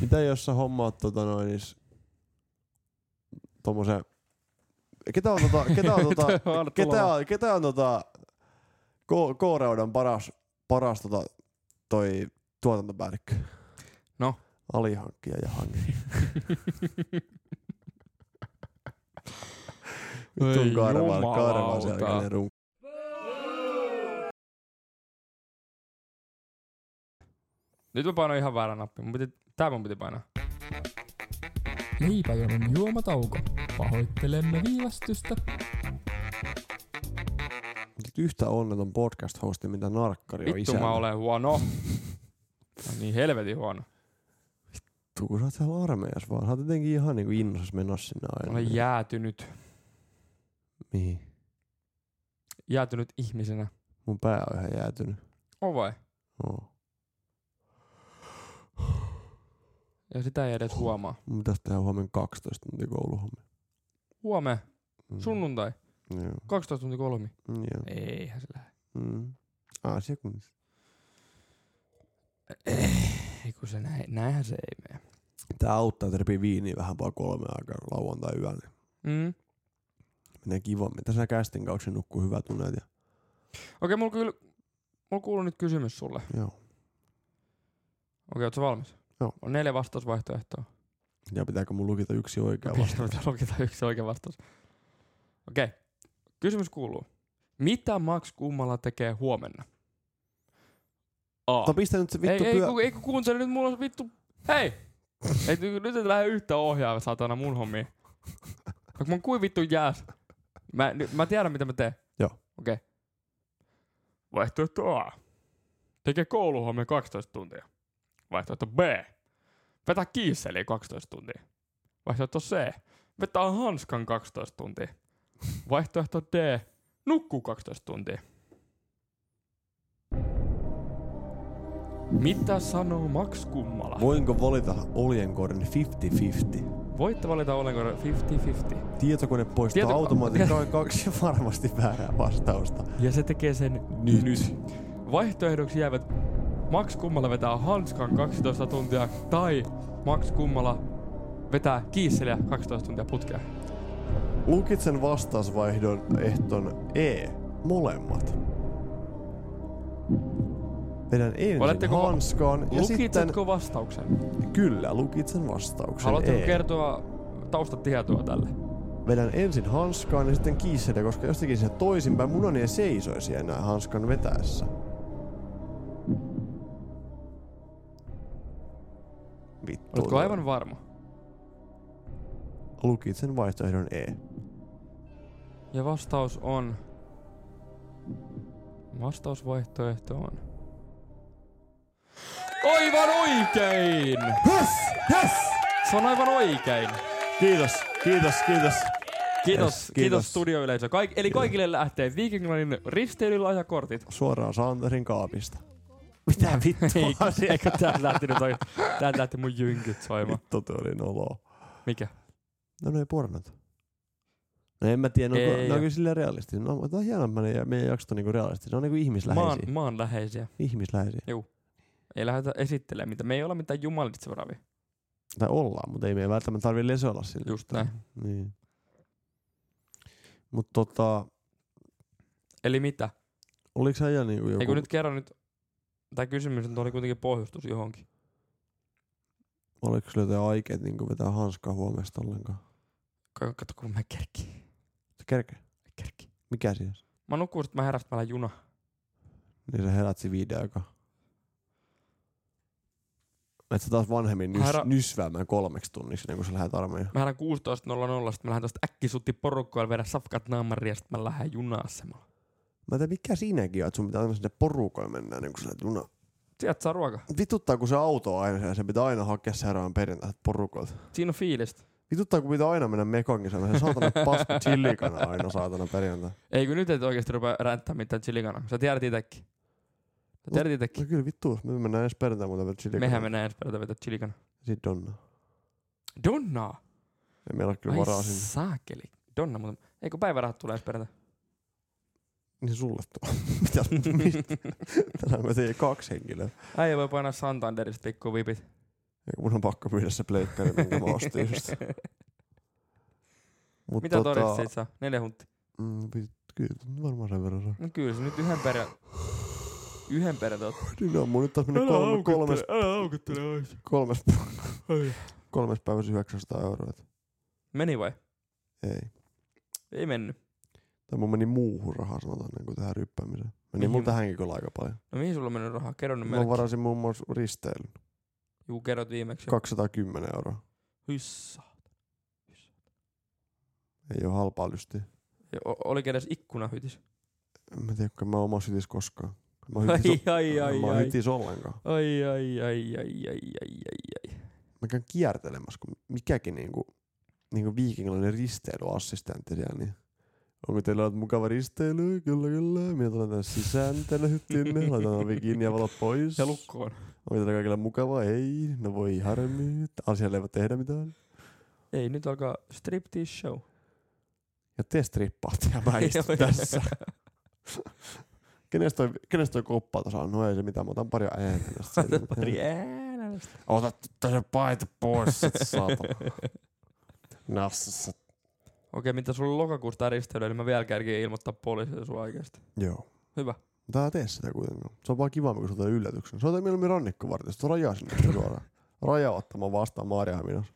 Mitä jos sä hommaat tota noin, niin s- tommosen... Ketä on tota, ketä
(laughs)
on tota,
Tuo on
ketä
tuloa.
on, ketä on tota, ko, kooreudan paras, paras tota, toi tuotantopäällikkö?
No?
Alihankkija ja
(laughs)
hankkija.
Ei
Vitun karvaa, karvaa
jumalauta.
siellä runk.
Nyt mä painoin ihan väärän nappi. Mun piti, tää mun piti painaa. Leipäjonon juomatauko. Pahoittelemme viivästystä.
Nyt yhtä onneton podcast-hosti, mitä narkkari on
Vittu
isänä.
mä olen huono. No niin helvetin huono.
Vittu, kun sä oot siellä armeijassa vaan. Sä oot jotenkin ihan niinku innosas menossa sinne
Mä
aina.
olen jäätynyt.
Mihin?
Jäätynyt ihmisenä.
Mun pää on ihan jäätynyt.
On vai?
Oo.
Ja sitä ei edes huomaa.
Mun pitäis tehdä huomenna 12 tuntia kouluhommia.
Huomenna.
Mm.
Sunnuntai.
Joo.
12 tuntia kolmi.
Mm, Joo.
Eihän se lähde.
Mm. Asiakunnissa.
Ei kun se näin. Näinhän se ei mene.
Tää auttaa, että repii viiniä vähän vaan kolme aikaa lauantai yöllä. Niin
Mm.
menee kivammin. Tässä kästin kausi nukkuu hyvä tunnet. Ja...
Okei, mulla, kyllä, mulla kuuluu nyt kysymys sulle.
Joo.
Okei, ootko valmis?
Joo.
On neljä vastausvaihtoehtoa.
Ja pitääkö mun lukita yksi oikea
Meidän
vasta?
pitää lukita yksi oikea vastaus. Okei. Kysymys kuuluu. Mitä Max Kummala tekee huomenna? A.
Mutta pistä nyt se vittu
ei, ei,
pyö...
ku, ei kun kuuntele, nyt mulla on vittu... Hei! ei, nyt- nyt et lähde yhtä ohjaa, satana, mun hommiin. Vaikka mä oon kuin vittu jääs. Mä, nyt, mä tiedän, mitä mä teen.
Joo.
Okei. Vaihtoehto A. Tekee kouluhommia 12 tuntia. Vaihtoehto B. Vetää kiisseliä 12 tuntia. Vaihtoehto C. Vetää hanskan 12 tuntia. Vaihtoehto D. Nukkuu 12 tuntia. Mitä sanoo Max Kummala?
Voinko valita oljenkorren 50-50?
Voitte valita olenko 50-50.
Tietokone
Tieto-
poistaa Tieto... automaattisesti kaksi (laughs) varmasti väärää vastausta.
Ja se tekee sen nyt. nyt. Vaihtoehdoksi jäävät Max Kummala vetää hanskan 12 tuntia tai Max Kummala vetää kiisseliä 12 tuntia putkea.
Lukitsen vastausvaihdon ehton E. Molemmat. Vedän ensin
Oletteko-
hanskaan ja sitten...
Lukitsetko vastauksen?
Kyllä, lukitsen vastauksen
Haluatteko
E.
kertoa taustatietoa tälle?
Vedän ensin hanskaan ja sitten kiisseliä, koska jostakin se toisinpäin munani ei seisoisi enää hanskan vetäessä. Vittu.
Oletko aivan varma?
Lukitsen vaihtoehdon E.
Ja vastaus on... Vastausvaihtoehto on... Aivan oikein!
Yes! Yes!
Se on aivan oikein!
Kiitos, kiitos, kiitos.
Kiitos,
Yes,
yes,
kiitos.
kiitos studioyleisö. Kaik- eli kaikille lähtee Viking Linen risteilylahjakortit.
Suoraan Santerin kaapista. Mitä vittua siellä?
Eikö täältä lähtenyt toi, täältä lähti mun jynkyt soimaan.
Vittu toi oli noloa.
Mikä?
No ne pornot. No en mä tiedä,
Ei,
onko,
ei
ne on
oo.
kyllä silleen realistisia. No, mutta on hienoa, että meidän- meidän jaksot on niinku realistisia. Ne on niinku ihmisläheisiä.
Maan, maan läheisiä.
Ihmisläheisiä.
Ei lähdetä esittelemään mitään. Me ei olla mitään jumalitsevaravia.
Tai ollaan, mutta ei meidän välttämättä tarvitse lesoilla sille.
Just näin.
Niin. Mutta tota,
Eli mitä?
oliko sä ajaa niinku joku...
Ei kun nyt kerran nyt... Tämä kysymys nyt oli kuitenkin pohjustus johonkin.
Oliko sulla jotain aikeet niinku vetää hanskaa huomesta ollenkaan?
Ka- Kato kun mä en kerki.
Se kerke.
Mä en kerki.
Mikä siis?
Mä nukuin, sit mä heräsin, mä lähden juna.
Niin sä herät se viiden aikaa. Et sä taas vanhemmin nys,
Herra-
nysväämään kolmeksi tunniksi, ennen kuin sä lähdet armeijaan.
Mä herän 16.00, sit mä lähden tosta äkkisutti porukkoa, vedän safkat naamariin ja sit mä lähden juna-asemalla.
Mä tiedän, mikä siinäkin on, että sun pitää aina sinne porukoille mennä, niin kun sä lähdet juna.
Sieltä saa ruoka.
Vituttaa, kun se auto on aina ja se pitää aina hakea seuraavan perjantaina porukoilta.
Siinä on fiilistä.
Vituttaa, kun pitää aina mennä mekonkin se
(laughs)
saatana pasku chillikana aina saatana perjantai.
Ei kun nyt et oikeesti rupea ränttää mitään chilikana. Sä tiedät itekin. Sä tiedät
No
itekin.
kyllä vittu, me mennään ensi perjantai muuten vielä chillikana.
Mehän mennään ensi päivältä vetää chilikana.
Sitten Donna.
Donna!
Ei meillä ole kyllä varaa sinne.
saakeli. Donna, mutta ei kun päivärahat tulee ensi (laughs) perjantai.
Niin sulle tuo. (laughs) Mitäs mistä? Tänään mä tein kaksi henkilöä.
Äijä voi painaa Santanderista pikku vipit.
Ja mun on pakko myydä se pleikkari, minkä mä ostin just. Mut
Mitä tota... todista siitä saa? Neljä huntti.
Mm, vit- kyllä, varmaan sen verran saa.
No kyllä se nyt yhden perä... Yhden perä tuot.
Niin on mun nyt taas mennyt kolme, kolmes,
älä aukuttele ois.
kolmes,
Ai.
kolmes päivässä 900 euroa. et
Meni vai?
Ei.
Ei mennyt.
Tai mun meni muuhun rahaa sanotaan niin kuin tähän ryppäämiseen. Meni
Mihin?
mulla tähänkin kyllä aika paljon.
No mihin sulla on mennyt rahaa? Kerro nyt
Mä
meille.
varasin muun muassa risteilyn.
Juu, kerrot viimeksi. Ka-
210 euroa.
Hyssä.
Ei ole halpaa lystiä.
Ja o- oliko edes ikkunahytis?
En mä tiedä, kun mä oon omassa hytis koskaan. Mä oon
Ai,
hytis,
ai, ai,
mä oon
ai.
hytis ollenkaan.
Ai, ai, ai, ai, ai, ai, ai, ai.
Mä käyn kiertelemässä, kun mikäkin niinku, niinku viikingilainen risteilyassistentti siellä, niin Onko teillä ollut mukava risteily? Kyllä, kyllä. Minä tulen tänne sisään tänne hyttinne. Laitan vikinia valot pois.
Ja lukkoon.
Onko teillä kaikilla mukavaa? Ei. No voi harmi. Asialle ei voi tehdä mitään.
Ei, nyt alkaa striptease show.
Ja te strippaatte ja mä istun tässä. Kenestä toi, kenestä toi koppaa tuossa on? No ei se mitään, mä otan pari ääntä tästä.
Otat (laughs) pari äänästä.
Ota se paita pois, sit saatana. Nassassa.
Okei, mitä sulla on lokakuusta risteyllä, niin mä vielä kärkin ilmoittaa poliisille sua oikeesti.
Joo.
Hyvä.
Tää tee sitä kuitenkaan. Se on vaan kiva, kun sulta yllätyksen. Soita mieluummin rannikkovartiosta, rajaa sinne (laughs) suoraan. Raja ottamaan vastaan Maarihaminassa.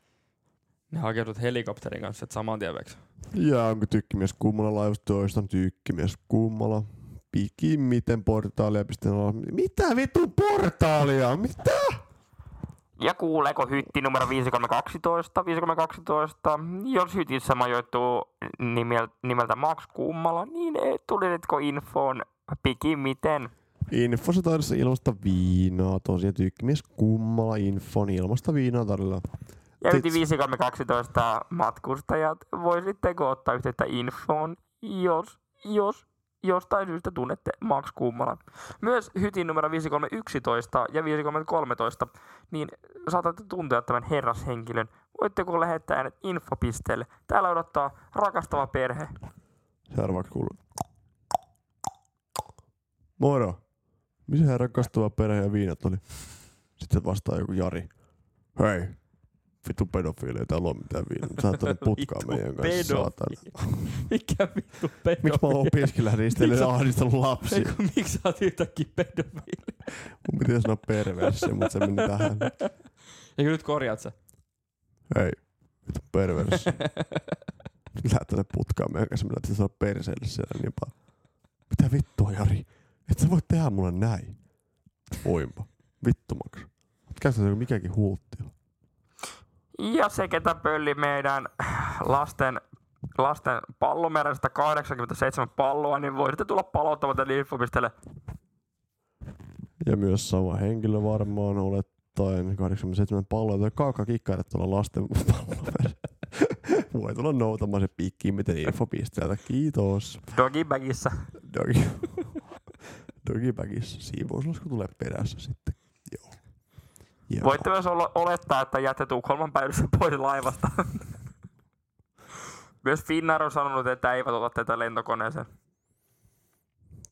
Ne hakeudut helikopterin kanssa, et saman tien veksi.
Ja onko tykkimies kummalla laivasta toistan tykkimies kummalla? Pikimmiten portaalia pistin alas. Mitä vitun portaalia? Mitä?
Ja kuuleeko hytti numero 5312, 5312, jos hytissä majoittuu nimeltä, nimeltä Max Kummala, niin e- tulitko infoon Pikimiten.
Infossa tarjossa ilmasta viinaa, tosiaan tykkimies kummalla infon ilmasta viinaa tarjolla.
Ja
Tits.
yti 512 matkustajat voisitteko ottaa yhteyttä infoon, jos, jos jostain syystä tunnette Max Kummalan. Myös hytin numero 5311 ja 5313, niin saatatte tuntea tämän herrashenkilön. Voitteko lähettää hänet infopisteelle? Täällä odottaa rakastava perhe.
Seuraavaksi kuuluu. Moro. Missä rakastava perhe ja viinat oli? Sitten vastaa joku Jari. Hei. Vitu pedofiili, ei täällä ole mitään viinaa. Sä tuonne putkaan
Vittu
meidän kanssa,
pedofiili.
saatana.
Mikä vittu pedofiili?
Miksi mä oon opiskelijan
Miksi
risteillä
sä-
ahdistellut lapsia?
Eiku, Miksi sä oot yhtäkkiä pedofiili?
Mun piti sanoa perverssi, mutta se meni tähän.
Eikö nyt korjaat sä?
Hei, vitu perverssi. Lähde tänne putkaan meidän kanssa, me lähdetään sanoa perseelle siellä niin paljon. Mitä vittua, Jari? Et sä voi tehdä mulle näin. Voinpa. Vittu maksu. Oot käyttänyt joku mikäkin huulttilla.
Ja se, ketä pölli meidän lasten, lasten pallomerestä 87 palloa, niin voisitte tulla palauttamaan tänne infopisteelle.
Ja myös sama henkilö varmaan olettaen 87 palloa tai kaukakikkaille tuolla lasten pallolla. Voi tulla noutamaan se piikkiin, miten infopisteeltä. Kiitos.
Dogibagissa.
Doggy. Doggybagissä siivouslasku tulee perässä sitten. Joo. Joo.
Voitte myös olla, olettaa, että jäätte Tukholman päivässä pois
(laughs)
laivasta. Myös Finnair on sanonut, että eivät ota tätä lentokoneeseen.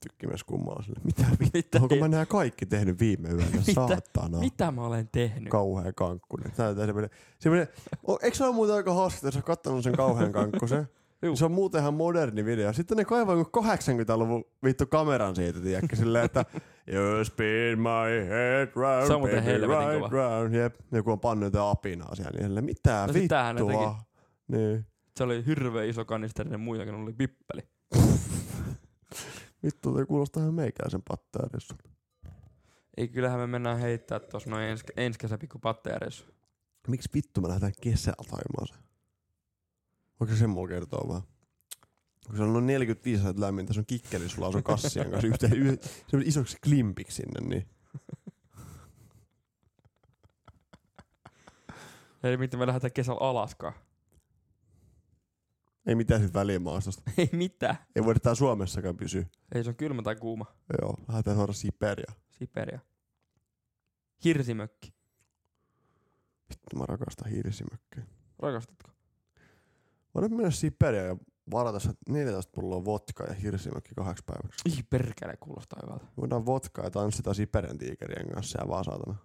Tykki myös kummalla sille. Mitä vittu? Onko
ei-
mä nämä kaikki tehnyt viime yönä?
Mitä?
Saatana.
Mitä mä olen tehnyt?
Kauhea kankkunen. Tää tää semmonen, semmonen, o, eikö se ole muuten aika hauska, että sä oot kattonut sen kauhean kankkusen?
Juu.
se on muutenhan moderni video. Sitten ne kaivaa joku 80-luvun vittu kameran siitä, tiedätkö, silleen, että You spin my head round,
Se on muuten
baby,
helvetin
right
kova.
round. Jep. Joku on pannut jotain apinaa siellä. Niin silleen, mitä
No sit tämähän ne
vittua? Niin.
Se oli hirveä iso kanisterinen muitakin, oli pippeli.
Vittu, toi kuulostaa ihan meikäläisen pattajärjessu.
Ei, kyllähän me mennään heittää tuossa noin ens, ensi kesä pikku pattejareissu.
Miksi vittu mä lähdetään kesällä taimaan se? Voiko se sen mulla kertoa vähän? Kun se on noin 45 astetta lämmintä, se on kikkeli sulla sun kassien kanssa yhteen, yhden, semmoisen isoksi klimpiksi sinne, niin
Eli miten me lähdetään kesällä Alaskaan? (laughs)
ei mitään sit välimaastosta.
Ei mitään.
Ei voida tää Suomessakaan pysyä.
Ei se on kylmä tai kuuma.
Joo, lähdetään saada Siberia.
Siperia. Hirsimökki.
Vittu, mä rakastan hiirisimökköä.
Rakastatko?
Voidaan mennä Siberia ja varata se 14 pulloa vodkaa ja hirsimökki kahdeksi päiväksi.
Ih, perkele, kuulostaa hyvältä.
Voidaan vodkaa ja tanssitaan Siberian tiikerien kanssa ja vaan saatana.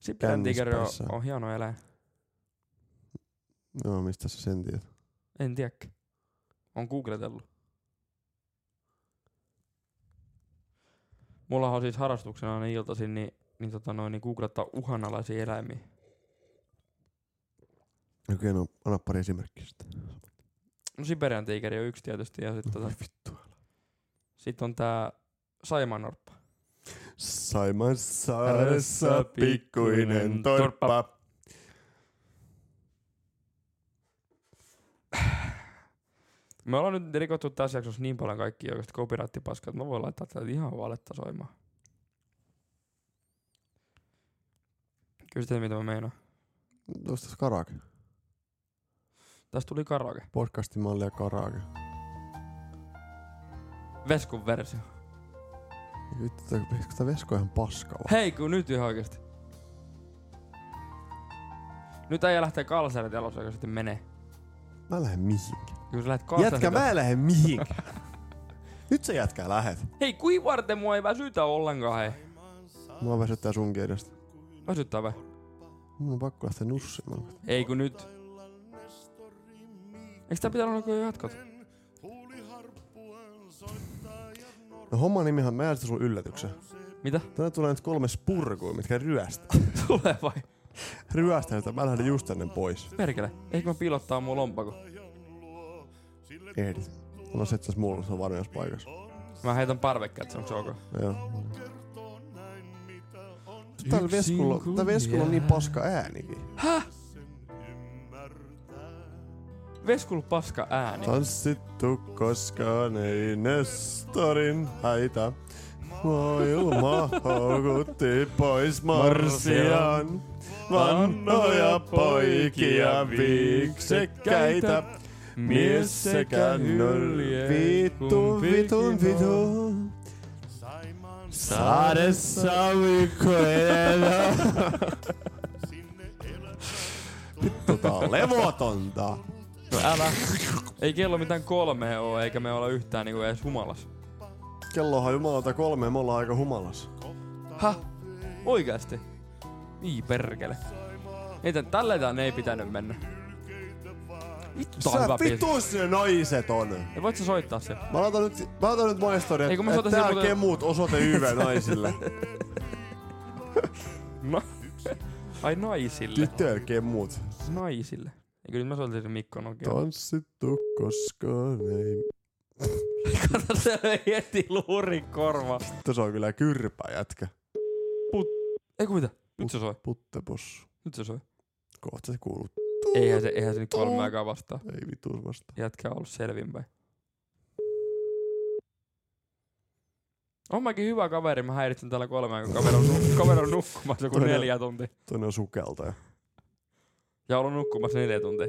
Siperian tigeri on,
Kännispäissä.
on hieno eläin.
Joo, mistä sä sen tiedät?
En tiedä. On googletellut. Mulla on siis harrastuksena aina iltaisin, niin, niin, tota noin, niin googlettaa uhanalaisia eläimiä.
Okei, no anna pari esimerkkiä sitten.
No Siberian tiikeri on yksi tietysti ja sitten
Tota.
tota,
Vittu.
sit on tää saimanorppa.
Saiman saaressa pikkuinen
pikkuinen
torppa.
Me ollaan nyt rikottu tässä jaksossa niin paljon kaikki oikeasti copyrightipaskaa, että mä voin laittaa tätä ihan valetta soimaan. Kyllä sitä, mitä mä meinaan.
Tuosta olisi karake.
Tästä tuli karaoke.
Podcastimalli ja karake.
Veskun versio.
Vittu, tämä vesko on ihan paska vaan.
Hei, kun nyt ihan oikeesti. Nyt ei lähtee kalsarit alussa, joka sitten menee.
Mä en lähde mihinkään.
Kun sä lähet kalsarit
Jätkä, mä en lähde mihinkään. Nyt se jätkä lähet.
Hei, kui varten mua ei väsytä ollenkaan, hei.
Mua väsyttää sun edestä.
Väsyttää vai?
Mun on pakko lähteä nussimaan.
Ei kun nyt. Eikö tää pitää olla joku jatkot?
No homma nimihan, mä järjestän sun yllätyksen.
Mitä? (laughs)
Tänne tulee nyt kolme spurkua, mitkä ryöstää.
Tulee vai?
ryöstää sitä, mä lähden just ennen pois.
Perkele. Eikö mä pilottaa mun lompako?
Ehdit. No se itse mulla, se on varmaan jos paikassa.
Mä heitän parvekkeet, se onko se ok?
Joo. Täällä veskulla, tää veskulla on niin paska äänikin. Häh?
Veskul paska
Niin.
ääni.
Tanssittu koskaan ei Nestorin häitä. Maailma houkutti pois Marsian. Vanhoja poikia viiksekkäitä. Mies sekä nölje. Vittu, vitun, vitu. Saadessa viikko edellä. Vittu, tää on levotonta.
No Älä. Ei kello mitään kolmea oo, eikä me olla yhtään niinku edes humalas.
Kellohan jumalauta kolme, me ollaan aika humalassa.
Häh? Oikeasti? Niin perkele. Ei tän, tällä tän ei pitänyt mennä. Vittu, tää on
Sä
hyvä biisi.
vitus ne naiset on.
Ja voit sä soittaa sen?
Mä laitan nyt, mä laitan nyt maistoria,
Ei, kun mä
että
soitan sille
tää
muuten-
kemuut osoite
(laughs)
YV naisille.
No. Ai naisille.
Tyttöjä kemuut.
Naisille. Eikö nyt mä soitin sen Mikko Nokia?
Tanssittu koskaan ei.
Kato, se löi heti luurin korva.
Vittu se on kyllä kyrpä jätkä.
Eiku mitä? Nyt se soi.
Puttepos.
Nyt se soi.
Kohta se kuuluu.
Eihän se, eihän se nyt kolme aikaa vastaa.
Ei vitus vasta.
Jätkä on ollut selvinpäin. On mäkin hyvä kaveri, mä häiritsen täällä kolme aikaa. Kaveri on, nu- kaveri on nukkumassa joku
Toinen-
neljä tuntia.
Toinen on sukeltaja.
Ja ollut nukkumassa neljä tuntia.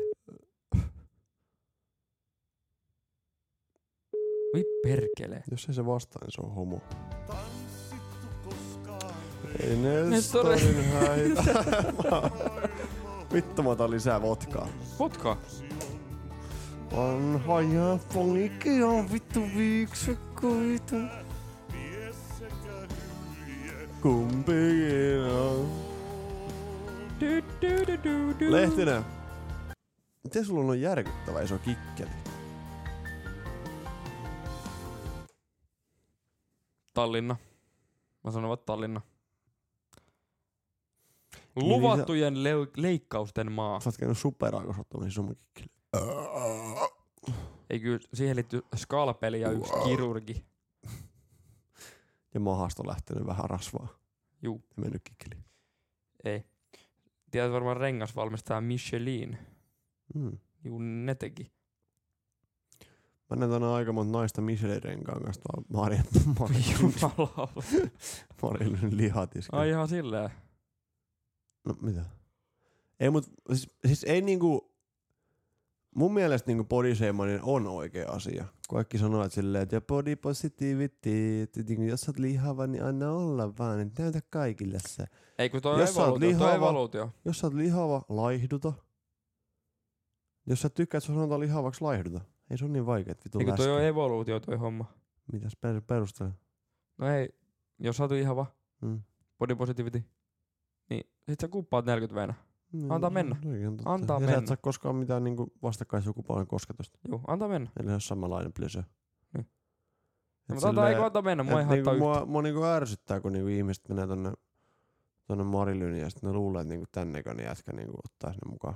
Voi perkele.
Jos ei se vastaa, niin se on homo. Ei Nestorin
Nestorin (laughs)
häitä. (laughs) Vittu mä otan lisää votkaa.
Vodka.
Vanha ja poikia vittu viiksekkoita. Kumpikin on.
Du, du, du, du, du.
Lehtinen. Miten sulla on noin järkyttävä iso kikkeli?
Tallinna. Mä sanovat Tallinna.
Niin,
Luvattujen leu- leikkausten maa.
Sä oot käynyt superaikosottamassa isomman kikkeli.
Ei kyllä, siihen liittyy skalpeli ja yksi
Wow.
kirurgi.
Ja mahasta on lähtenyt vähän rasvaa.
Juu.
Ja mennyt kikkeli.
Ei. Tiedät varmaan rengas valmistaa Michelin.
Mm.
Juu, ne
(laughs)
teki.
Mä näen tänään aika monta naista Michelin-renkaan kanssa tuolla Marjan- Marjan-
Jumalauta.
Marjan lihatiskalla.
Ai ihan silleen.
No mitä? Ei mut, siis, siis ei niinku, mun mielestä niinku body shaming on oikea asia. Kaikki sanoo, että silleen, että body positivity, että niinku, jos sä oot lihava, niin anna olla vaan, että näytä kaikille se.
Ei kun toi on
Jos sä oot niin
evoluutio, toi on
lihava-
evoluutio.
Jos sä oot lihava, laihduta. Jos sä tykkäät, sun sanotaan lihavaksi, laihduta. Ei se on niin vaikea, että vitu
Ei kun toi e- on
läskä.
evoluutio toi homma.
Mitäs per, perustele?
No ei, jos sä oot ihan vaan
Mm.
body positivity, niin sit sä kuppaat 40 venä. Antaa mennä.
Toikin on totta.
Antaa
ja sä et
mennä.
saa koskaan mitään niinku vastakkaissukupuolen kosketusta.
Juu, anta mennä.
Eli se on samanlainen plysö.
Niin.
Et
No, mutta anta,
silleen-
ei kun anta mennä, mua ei
Et
haittaa
niinku,
yhtään.
mua, mua niinku ärsyttää, kun niinku ihmiset menee tonne, tonne Marilyniin ja sitten ne luulee, että niinku tän näköinen jätkä niinku ottaa sinne mukaan.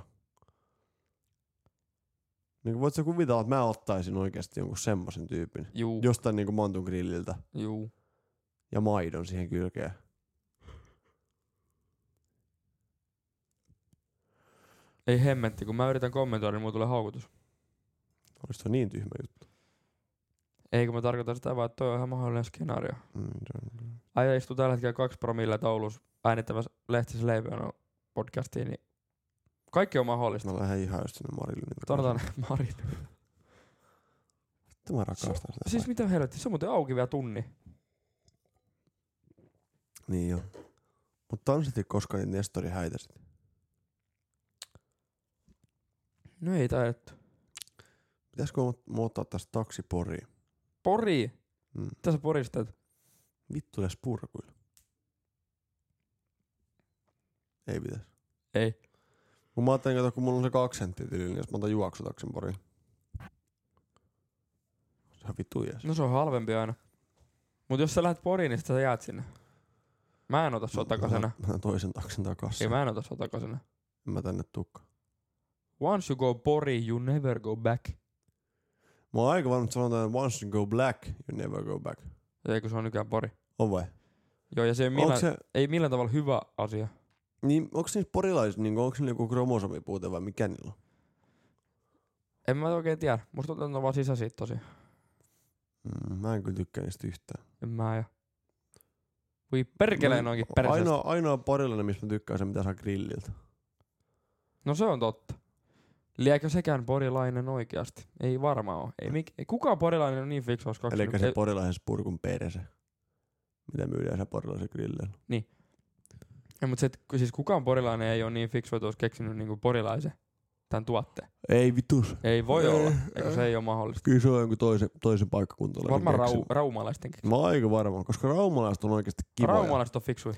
Niinku voit sä kuvitella, että mä ottaisin oikeasti jonkun semmosen tyypin.
Juu,
Jostain niinku Montun grilliltä
juu.
ja maidon siihen kylkeen.
Ei hemmetti, kun mä yritän kommentoida, niin mulla tulee haukutus.
Olis toi niin tyhmä juttu.
Eikö mä tarkoita sitä vaan, että toi on ihan mahdollinen skenaario.
Mm, se on-
Äijä istuu tällä hetkellä kaksi promille taulus äänittävässä lehtisessä leipöön podcastiin, niin kaikki on mahdollista.
Mä lähden ihan just sinne Marilyniin.
(laughs) Tarvitaan Mari.
Vittu mä rakastan sitä.
Siis
Siis...
mitä helvetti, se on muuten auki vielä tunni.
Niin joo. Mut tanssitit koskaan niitä Nestori häitäsit.
No ei taidettu.
Pitäisikö mu- mu ottaa tästä taksi Poriin?
Pori!
Mm.
Mitä sä poristat?
Vittu edes purkuilla. Ei pitäis.
Ei.
Kun mä ajattelin, kato, kun mulla on se kaksi senttiä tilillä, niin jos mä otan juoksutaksin poriin. Sehän vitu jees.
No se on halvempi aina. Mut jos sä lähet poriin, niin sit sä jäät sinne. Mä en ota sua takasena.
Mä otan toisen taksin takaisin.
Ei
Mä...
mä en ota sua takasena.
mä tänne tukka.
Once you go pori, you never go back.
Mä oon aika varma, että sanotaan, että once you go black, you never go back.
Eikö se on nykyään pori?
On vai?
Joo, ja se ei
Onko
millään,
se,
ei millään tavalla hyvä asia.
niin, onko niissä porilaisissa, niin onko niillä joku kromosomipuute vai mikä niillä on?
En mä oikein tiedä. Musta tuntuu, että ne on vaan sisäisiä tosi.
Mm, mä en kyllä tykkää niistä yhtään.
En mä ja. Voi perkeleen onkin perseestä.
Mm, Ainoa, ainoa porillinen, mistä mä tykkään, on se mitä saa grilliltä.
No se on totta. Liekö sekään porilainen oikeasti? Ei varmaan ole. Ei, mik- ei kukaan porilainen on niin fiksu, olisi
Eli
kaksinut-
se
ei-
porilaisen purkun perse, mitä myydään se porilaisen grillillä.
ei, mutta se, et- siis kukaan porilainen ei ole niin fiksu, että olisi keksinyt niinku porilaisen tämän tuotteen.
Ei vitus.
Ei voi
Ei,
olla, eikö se
ei.
ei ole mahdollista.
Kyllä se on jonkun toisen, toisen paikkakuntalaisen
Varmaan rau,
keksinyt.
raumalaisten keksi.
Mä oon aika varma, koska raumalaiset on oikeasti kivoja.
Raumalaiset on fiksui.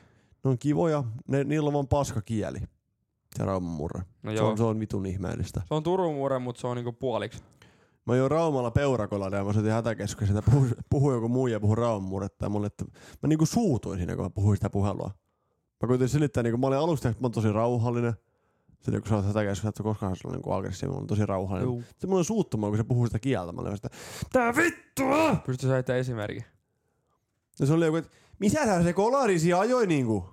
Ne on kivoja, ne, niillä on vaan paska kieli. Se rauman murre.
No
Se
joo.
on, se on vitun ihmeellistä.
Se on Turun muure, mutta se on niinku puoliksi.
Mä join Raumalla peurakolana ja mä soitin hätäkeskuksen, että puhui, puhui joku muu ja puhui Rauman murretta. Ja mulle, että mä niinku suutuin siinä, kun mä puhuin sitä puhelua. Mä koitin selittää, niinku, mä olin alusta, että mä oon tosi rauhallinen. Sitten kun sä oot hätäkeskus, että koskaan sulla on niinku aggressiivinen, mä olin tosi rauhallinen. Juu. Sitten mulla on suuttumaan, kun se puhuu sitä kieltä. Mä olin sitä, tää vittua!
Pystytkö sä heittämään esimerkki?
Ja No se oli joku, että mitä sä se kolarisi ajoi niinku?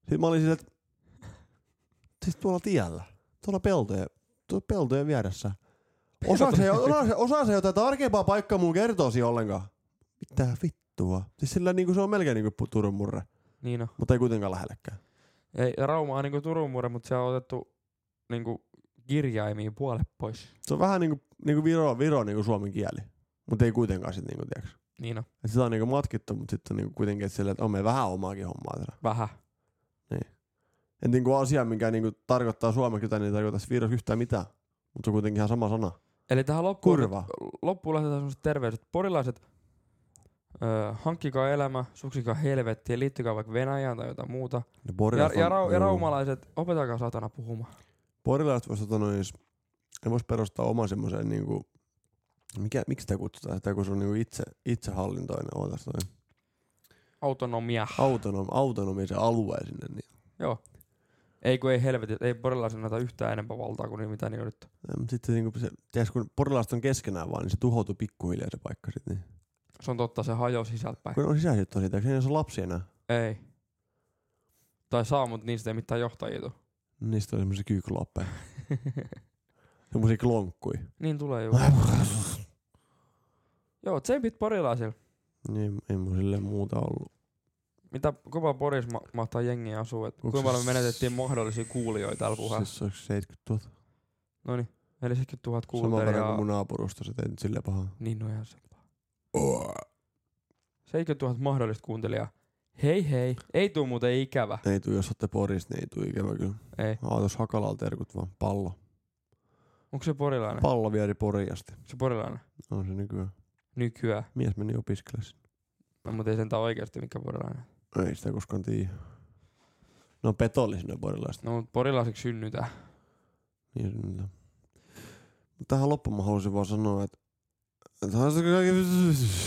Sitten mä olin sillä, että siis tuolla tiellä, tuolla peltojen, tuolla peltojen vieressä. Osaa se, osaa, se, osaa se jotain tarkempaa paikkaa mun kertoisi ollenkaan. Mitä vittua? Siis sillä niinku se on melkein niinku pu- Turun murre,
Niin on.
mutta ei kuitenkaan lähellekään.
Ei, Rauma on niinku Turun muure, mutta se on otettu niinku kirjaimiin puolet pois.
Se on vähän niinku, niinku Viro, Viro niinku suomen kieli, mutta ei kuitenkaan sit niinku, tiiäks.
Niin on.
Et sitä on niinku matkittu, mutta sitten niinku kuitenkin et sillä, että on meillä vähän omaakin hommaa tässä.
Vähän.
Et niinku asia, mikä niinku tarkoittaa suomeksi jotain, niin ei tarkoita Virossa yhtään mitään. Mutta se on kuitenkin ihan sama sana.
Eli tähän loppuun
Kurva.
loppuun lähdetään sellaiset terveiset. Porilaiset, öö, hankkikaa elämä, suksikaa helvettiä, liittykää vaikka Venäjään tai jotain muuta.
Ja,
Ja,
porilaiset
ja,
on-
rau, ja
juu.
raumalaiset, opetakaa satana puhumaan.
Porilaiset voisi tota noin, ne vois perustaa oman semmoisen niinku, mikä, miksi sitä kutsutaan sitä, kun se on niinku itse, itsehallintoinen, ootas toi,
Autonomia.
autonom, autonomisen alueen sinne. Niin.
Joo. Ei kun ei helvetti, ei porilaisilla näitä yhtään enempää valtaa kuin niin, mitä niillä nyt on.
Ja, mut Sitten niinku se, tiiäks, kun porilaiset on keskenään vaan, niin se tuhoutuu pikkuhiljaa se paikka sitten. Niin.
Se on totta, se hajoaa sisältäpäin.
Kun ne on sisäiset tosi, eikö ne ole lapsia enää?
Ei. Tai saa, mutta niistä ei mitään johtajia tuu.
Niistä on semmoisia
(laughs)
kyykloppeja. semmoisia klonkkuja.
Niin tulee
(laughs)
juu. Joo, tsempit porilaisilla.
Niin, ei mun silleen muuta ollut.
Mitä kova poris ma- mahtaa jengiä asuu, että
Onks
kuinka paljon
se-
me menetettiin mahdollisia kuulijoita tällä puheella.
Siis se olisi 70 000.
No niin, 40 000
Saman verran
kuuntelijaa.
kuin mun naapurusta, se ei nyt silleen pahaa.
Niin no ihan se. 70 000 mahdollista kuuntelijaa. Hei hei, ei tuu muuten ikävä.
Ei tuu, jos olette Porista, niin ei tuu ikävä kyllä.
Ei.
Aatos Hakalalta terkut vaan. Pallo.
Onko se porilainen?
Pallo vieri Poriasti.
Onko se porilainen?
On se nykyään.
Nykyään.
Mies meni opiskelemaan sinne.
No, mutta ei sentään oikeasti mikä porilainen.
Ei sitä koskaan tiedä. No petollisina porilaiset.
No mut porilaiseksi synnytään.
Niin se nyt on. Mut Tähän loppuun mä halusin vaan sanoa, että että on se kaikki